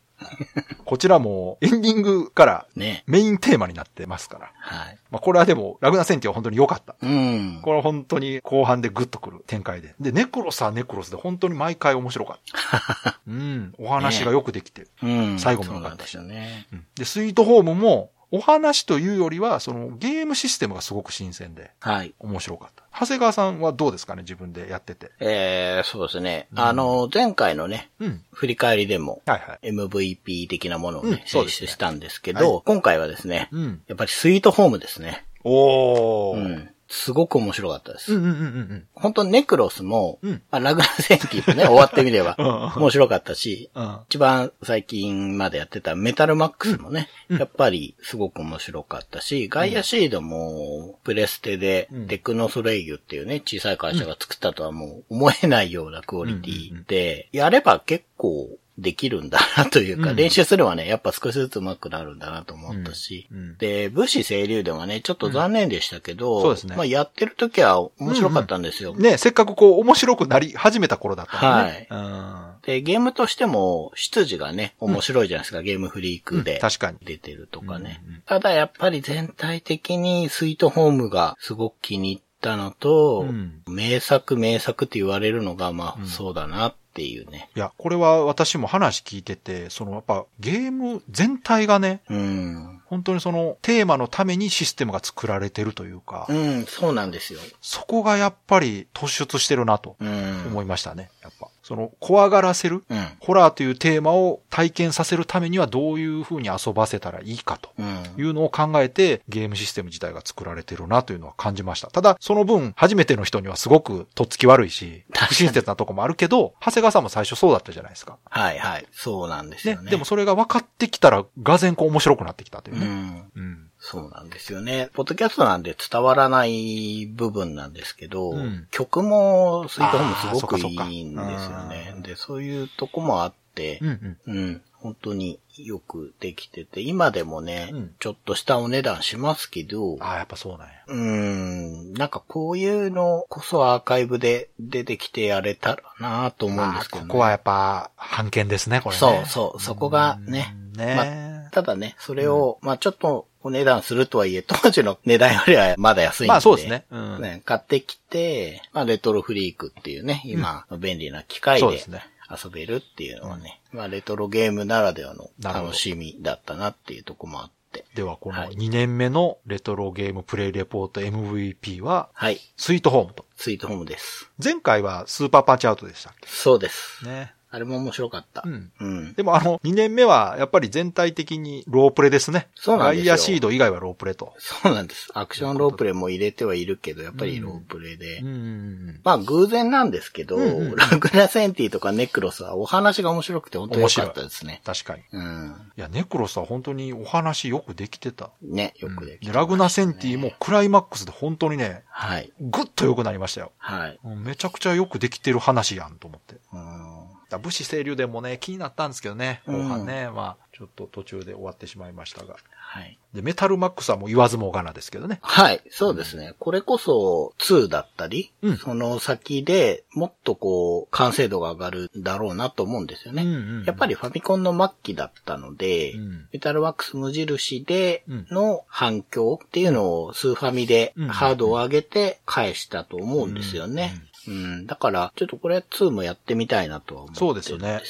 S2: こちらもエンディングから
S3: ね。
S2: メインテーマになってますから。
S3: はい。
S2: まあこれはでも、ラグナセンティは本当に良かった。
S3: うん。
S2: これは本当に後半でグッとくる展開で。で、ネクロスはネクロスで本当に毎回面白か った。うん。お話がよくできてる。
S3: うん。
S2: 最後も
S3: そ
S2: 良
S3: う
S2: か
S3: な
S2: っ
S3: ん
S2: た
S3: ですよね。
S2: うんで、スイートホームも、お話というよりは、そのゲームシステムがすごく新鮮で
S3: はい。
S2: 面白かった。長谷川さんはどうですかね自分でやってて。
S3: えー、そうですね。
S2: うん
S3: あの、前回のね、
S2: うん。
S3: 振り返りでも、
S2: はいはい。
S3: MVP 的なものを
S2: うん
S3: ね、
S2: そう
S3: 選
S2: ですね
S3: 出したんですけ
S2: は
S3: ど、今回はですね、
S2: うん。
S3: やっぱりスイートホームですね。
S2: お
S3: う
S2: ー。
S3: ん。すごく面白かったです
S2: うん。うんうんうん
S3: 本当ネクロスも、
S2: うん
S3: まあ、ラグナ戦記もね、終わってみれば
S2: うん、
S3: 面白かったし、
S2: うん。うん。
S3: 一番最近までやってたメタルマックスもね、
S2: うん
S3: やっぱりすごく面白かったし、ガイアシードもプレステで
S2: うん
S3: テクノソレイユっていうね、小さい会社が作ったとはもう思えないようなクオリティで、やれば結構できるんだなというか、
S2: うん
S3: 練習すればね、やっぱ少しずつ上手くなるんだなと思ったし、
S2: うんうん
S3: で、武士清流ではね、ちょっと残念でしたけど、
S2: うんそうですね
S3: まあやってる時は面白かったんですよ。
S2: ねせっかくこう、面白くなり始めた頃だったんでね。は
S3: で、ゲームとしても、出自がね、面白いじゃないですか、ゲームフリークで。
S2: うん確かに
S3: 出てるとかね。
S2: うんうん
S3: ただやっぱり全体的にスイートホームがすごく気に入ったのと、
S2: うん
S3: 名作名作って言われるのが、まあ、
S2: うん
S3: そうだなっていうね。
S2: いや、これは私も話聞いてて、そのやっぱゲーム全体がね、
S3: うん。
S2: 本当にそのテーマのためにシステムが作られてるというか、
S3: うん、そうなんですよ。
S2: そこがやっぱり突出してるなと
S3: うん。
S2: 思いましたね。やっぱ。その怖がらせる、
S3: うん。
S2: ホラーというテーマを体験させるためにはどういう風に遊ばせたらいいかと。
S3: うん。
S2: いうのを考えてゲームシステム自体が作られてるなというのは感じました。ただ、その分、初めての人にはすごくとっつき悪いし、
S3: 確かに
S2: 不親切なとこもあるけど、長谷川さんも最初そうだったじゃないですか。
S3: はいはい。そうなんです
S2: ね
S3: よ。ね。
S2: でもそれが分かってきたら、がぜんこう面白くなってきたという
S3: う
S2: ね。
S3: ん。
S2: うん。
S3: そうなんですよね。ポッドキャストなんで伝わらない部分なんですけど、
S2: うん
S3: 曲もスイートホームすごく
S2: あーそっかそっか
S3: いいんですよね
S2: う。ん
S3: で、そういうとこもあって
S2: うん、うん。
S3: うん、本当によくできてて、今でもね、
S2: うん
S3: ちょっとしたお値段しますけど、
S2: ああ、やっぱそうなんや。
S3: うん、なんかこういうのこそアーカイブで出てきてやれたらなと思うん
S2: ま
S3: で
S2: あ、
S3: すけど、
S2: こ
S3: ね、
S2: こはやっぱ、判件ですね、これね。
S3: そうそうそこがね
S2: うんね。
S3: ただね、それを、まあちょっとお値段するとはいえ、当時の 値段よりはまだ安いんで。
S2: まあそうですね。うん。
S3: ね、買ってきて、まあレトロフリークっていうね、今、便利な機械
S2: そうで
S3: です
S2: ね。
S3: 遊べるっていうのはね、まあレトロゲームならではの
S2: なるほど
S3: 楽しみだったなっていうとこもあって。
S2: では、この
S3: はい
S2: 2年目のレトロゲームプレイレポート MVP は、
S3: はい、
S2: スイートホームと。
S3: スイートホームです。
S2: 前回はスーパーパンチアウトでしたっ
S3: そうです。
S2: けね。
S3: あれも面白かった。
S2: うん。
S3: うん。
S2: でもあの、2年目はやっぱり全体的にロープレですね。
S3: そうなんですよ
S2: ガイアシード以外はロープレと。
S3: そうなんです。アクションロープレイも入れてはいるけど、やっぱりロープレイで。
S2: ん。
S3: まあ偶然なんですけど、
S2: うんうん
S3: ラグナセンティとかネクロスはお話が面白くて本当に良かったですね。
S2: 確かに。い
S3: うん。
S2: や、ネクロスは本当にお話よくできてた。
S3: ね、よくでき
S2: で
S3: てましたね
S2: ラグナセンティも。クライマックスで本当にね、
S3: はい。
S2: ぐっと良くなりましたよ。
S3: はい。
S2: うんめちゃくちゃよくできてる話やんと思って。
S3: うん
S2: だ武士清流でもね、気になったんですけどね、
S3: うん
S2: 後半ね、まあ、ちょっと途中で終わってしまいましたが。
S3: はい。
S2: で、メタルマックスはもう言わずもがなですけどね。
S3: はい、そうですね。これこそ2だったり、
S2: うん
S3: その先でもっとこう、完成度が上がるだろうなと思うんですよね。やっぱ
S2: り、
S3: りファミコンの末期だったので、
S2: うん
S3: メタルワックス無印で
S2: うん
S3: の反響っていうのをスーファミで
S2: うん
S3: ハードを上げて返したと思うんですよね。うん、だから、ちょっとこれ2もやってみたいなとは思ってるんですよね。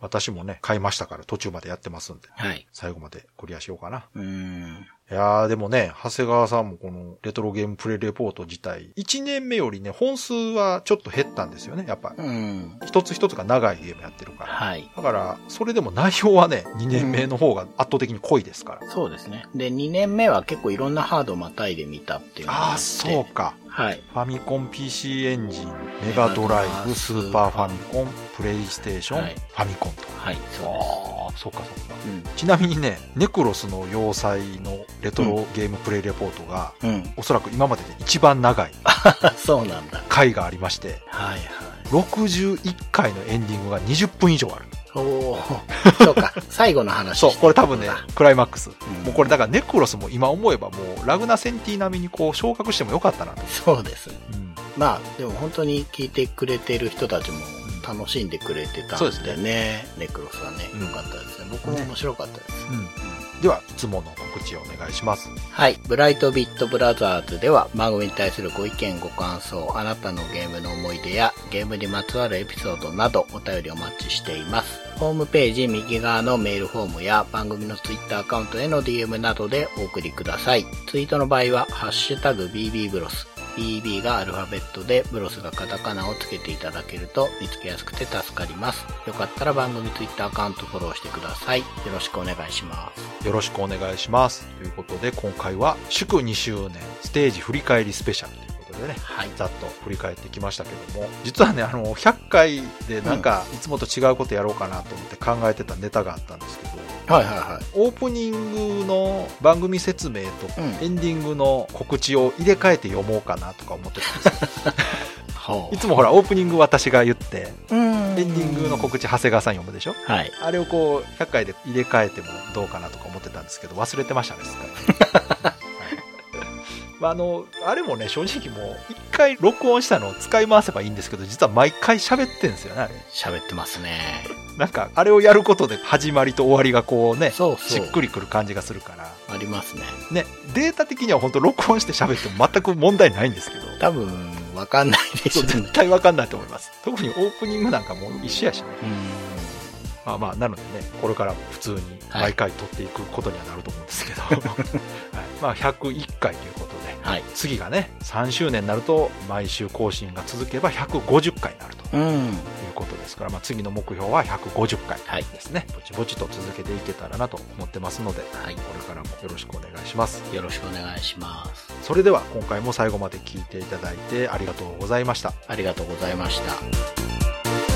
S2: 私もね、買いましたから途中までやってますんで。
S3: はい。
S2: 最後までクリアしようかな。
S3: うん。
S2: いやーでもね、長谷川さんもこのレトロゲームプレイレポート自体、1年目よりね、本数はちょっと減ったんですよね、やっぱ。
S3: うん。
S2: 一つ一つが長いゲームやってるから。
S3: はい。
S2: だから、それでも内容はね、2年目の方が圧倒的に濃いですから。
S3: そうですね。で、2年目は結構いろんなハードまたいでみたっていうのが
S2: あ
S3: あ
S2: あ、
S3: って
S2: そう。か。
S3: はい。
S2: ファミコン PC エンジン、メガドライブ、スーパーファミコン、プレイステーション、
S3: はい
S2: ファミコンと。
S3: はい、そうです。
S2: ああ、そっかそっか。
S3: うん。
S2: ちなみにね、ネクロスの要塞のレトロゲームプレイレポートが、
S3: うん。
S2: おそらく今までで一番長い
S3: そうなんだ。
S2: 回がありまして、
S3: はいはい。
S2: 61回のエンディングが20分以上ある。
S3: おーそう か。最後の話。
S2: そう、これ多分ね、クライマックス。
S3: ん
S2: もうこれだからネクロスも今思えばもうラグナセンティ並みにこう昇格してもよかったなと。
S3: そうです。
S2: うん
S3: まあ、でも本当に聞いてくれてる人たちも楽しんでくれてた
S2: そうんです
S3: でね。ネクロスはね、
S2: うん
S3: 良かったですね。僕も面白かったです。
S2: では、いつもの告知をお願いします。
S3: はい。ブライトビットブラザーズでは番組に対するご意見、ご感想、あなたのゲームの思い出やゲームにまつわるエピソードなどお便りお待ちしています。ホームページ右側のメールフォームや番組のツイッターアカウントへの DM などでお送りください。ツイートの場合は、ハッシュタグ BB ブロス。BB がアルファベットで、ブロスがカタカナをつけていただけると見つけやすくて助かります。よかったら番組ツイッターアカウントフォローしてください。よろしくお願いします。
S2: よろしくお願いします。ということで、今回は祝2周年ステージ振り返りスペシャルということでね、
S3: はい。
S2: ざっと振り返ってきましたけども、実はね、あの、100回でなんか、いつもと違うことやろうかなと思って考えてたネタがあったんですけど、
S3: はいはいはい。
S2: オープニングの番組説明と
S3: うん
S2: エンディングの告知を入れ替えて読もうかなとか思ってたんですけど
S3: ほ
S2: いつもほらオープニング私が言って
S3: う。エン
S2: エンディングの告知長谷川さん読むでしょ
S3: はい。
S2: あれをこう100回で入れ替えてもどうかなとか思ってたんですけど忘れてましたねすっかりはいまあ、あのあれもね正直もう1回録音したのを使い回せばいいんですけど実は毎回喋ってんですよねあれ
S3: 喋ってますね。
S2: なんかあれをやることで始まりと終わりがこうね
S3: そう
S2: し
S3: そう
S2: っ。くりくる感じがするから
S3: ありますね。
S2: ね、データ的には本当録音して喋っても全く問題ないんですけど、
S3: 多分、わかんないでし
S2: そ
S3: ょ
S2: う
S3: うね
S2: 絶。対わかんないと思います。特にオープニングなんかもう一緒やしね。
S3: うん。
S2: ままあまあ、なのでね、これからも普通に毎回撮っていくことにはなると思うんですけ ど、はいまあ、101回ということで、
S3: はい。
S2: 次がね、3周年になると、毎週更新が続けば150回になるという
S3: うん。
S2: ことですから、まあ、次の目標は150回
S3: はい。
S2: ですね、ぼちぼちと続けていけたらなと思ってますので、
S3: はい
S2: これからもよろしくお願いします。
S3: よろしくお願いします。
S2: それでは今回も最後まで聞いていただいてありがとうございました。
S3: ありがとうございました。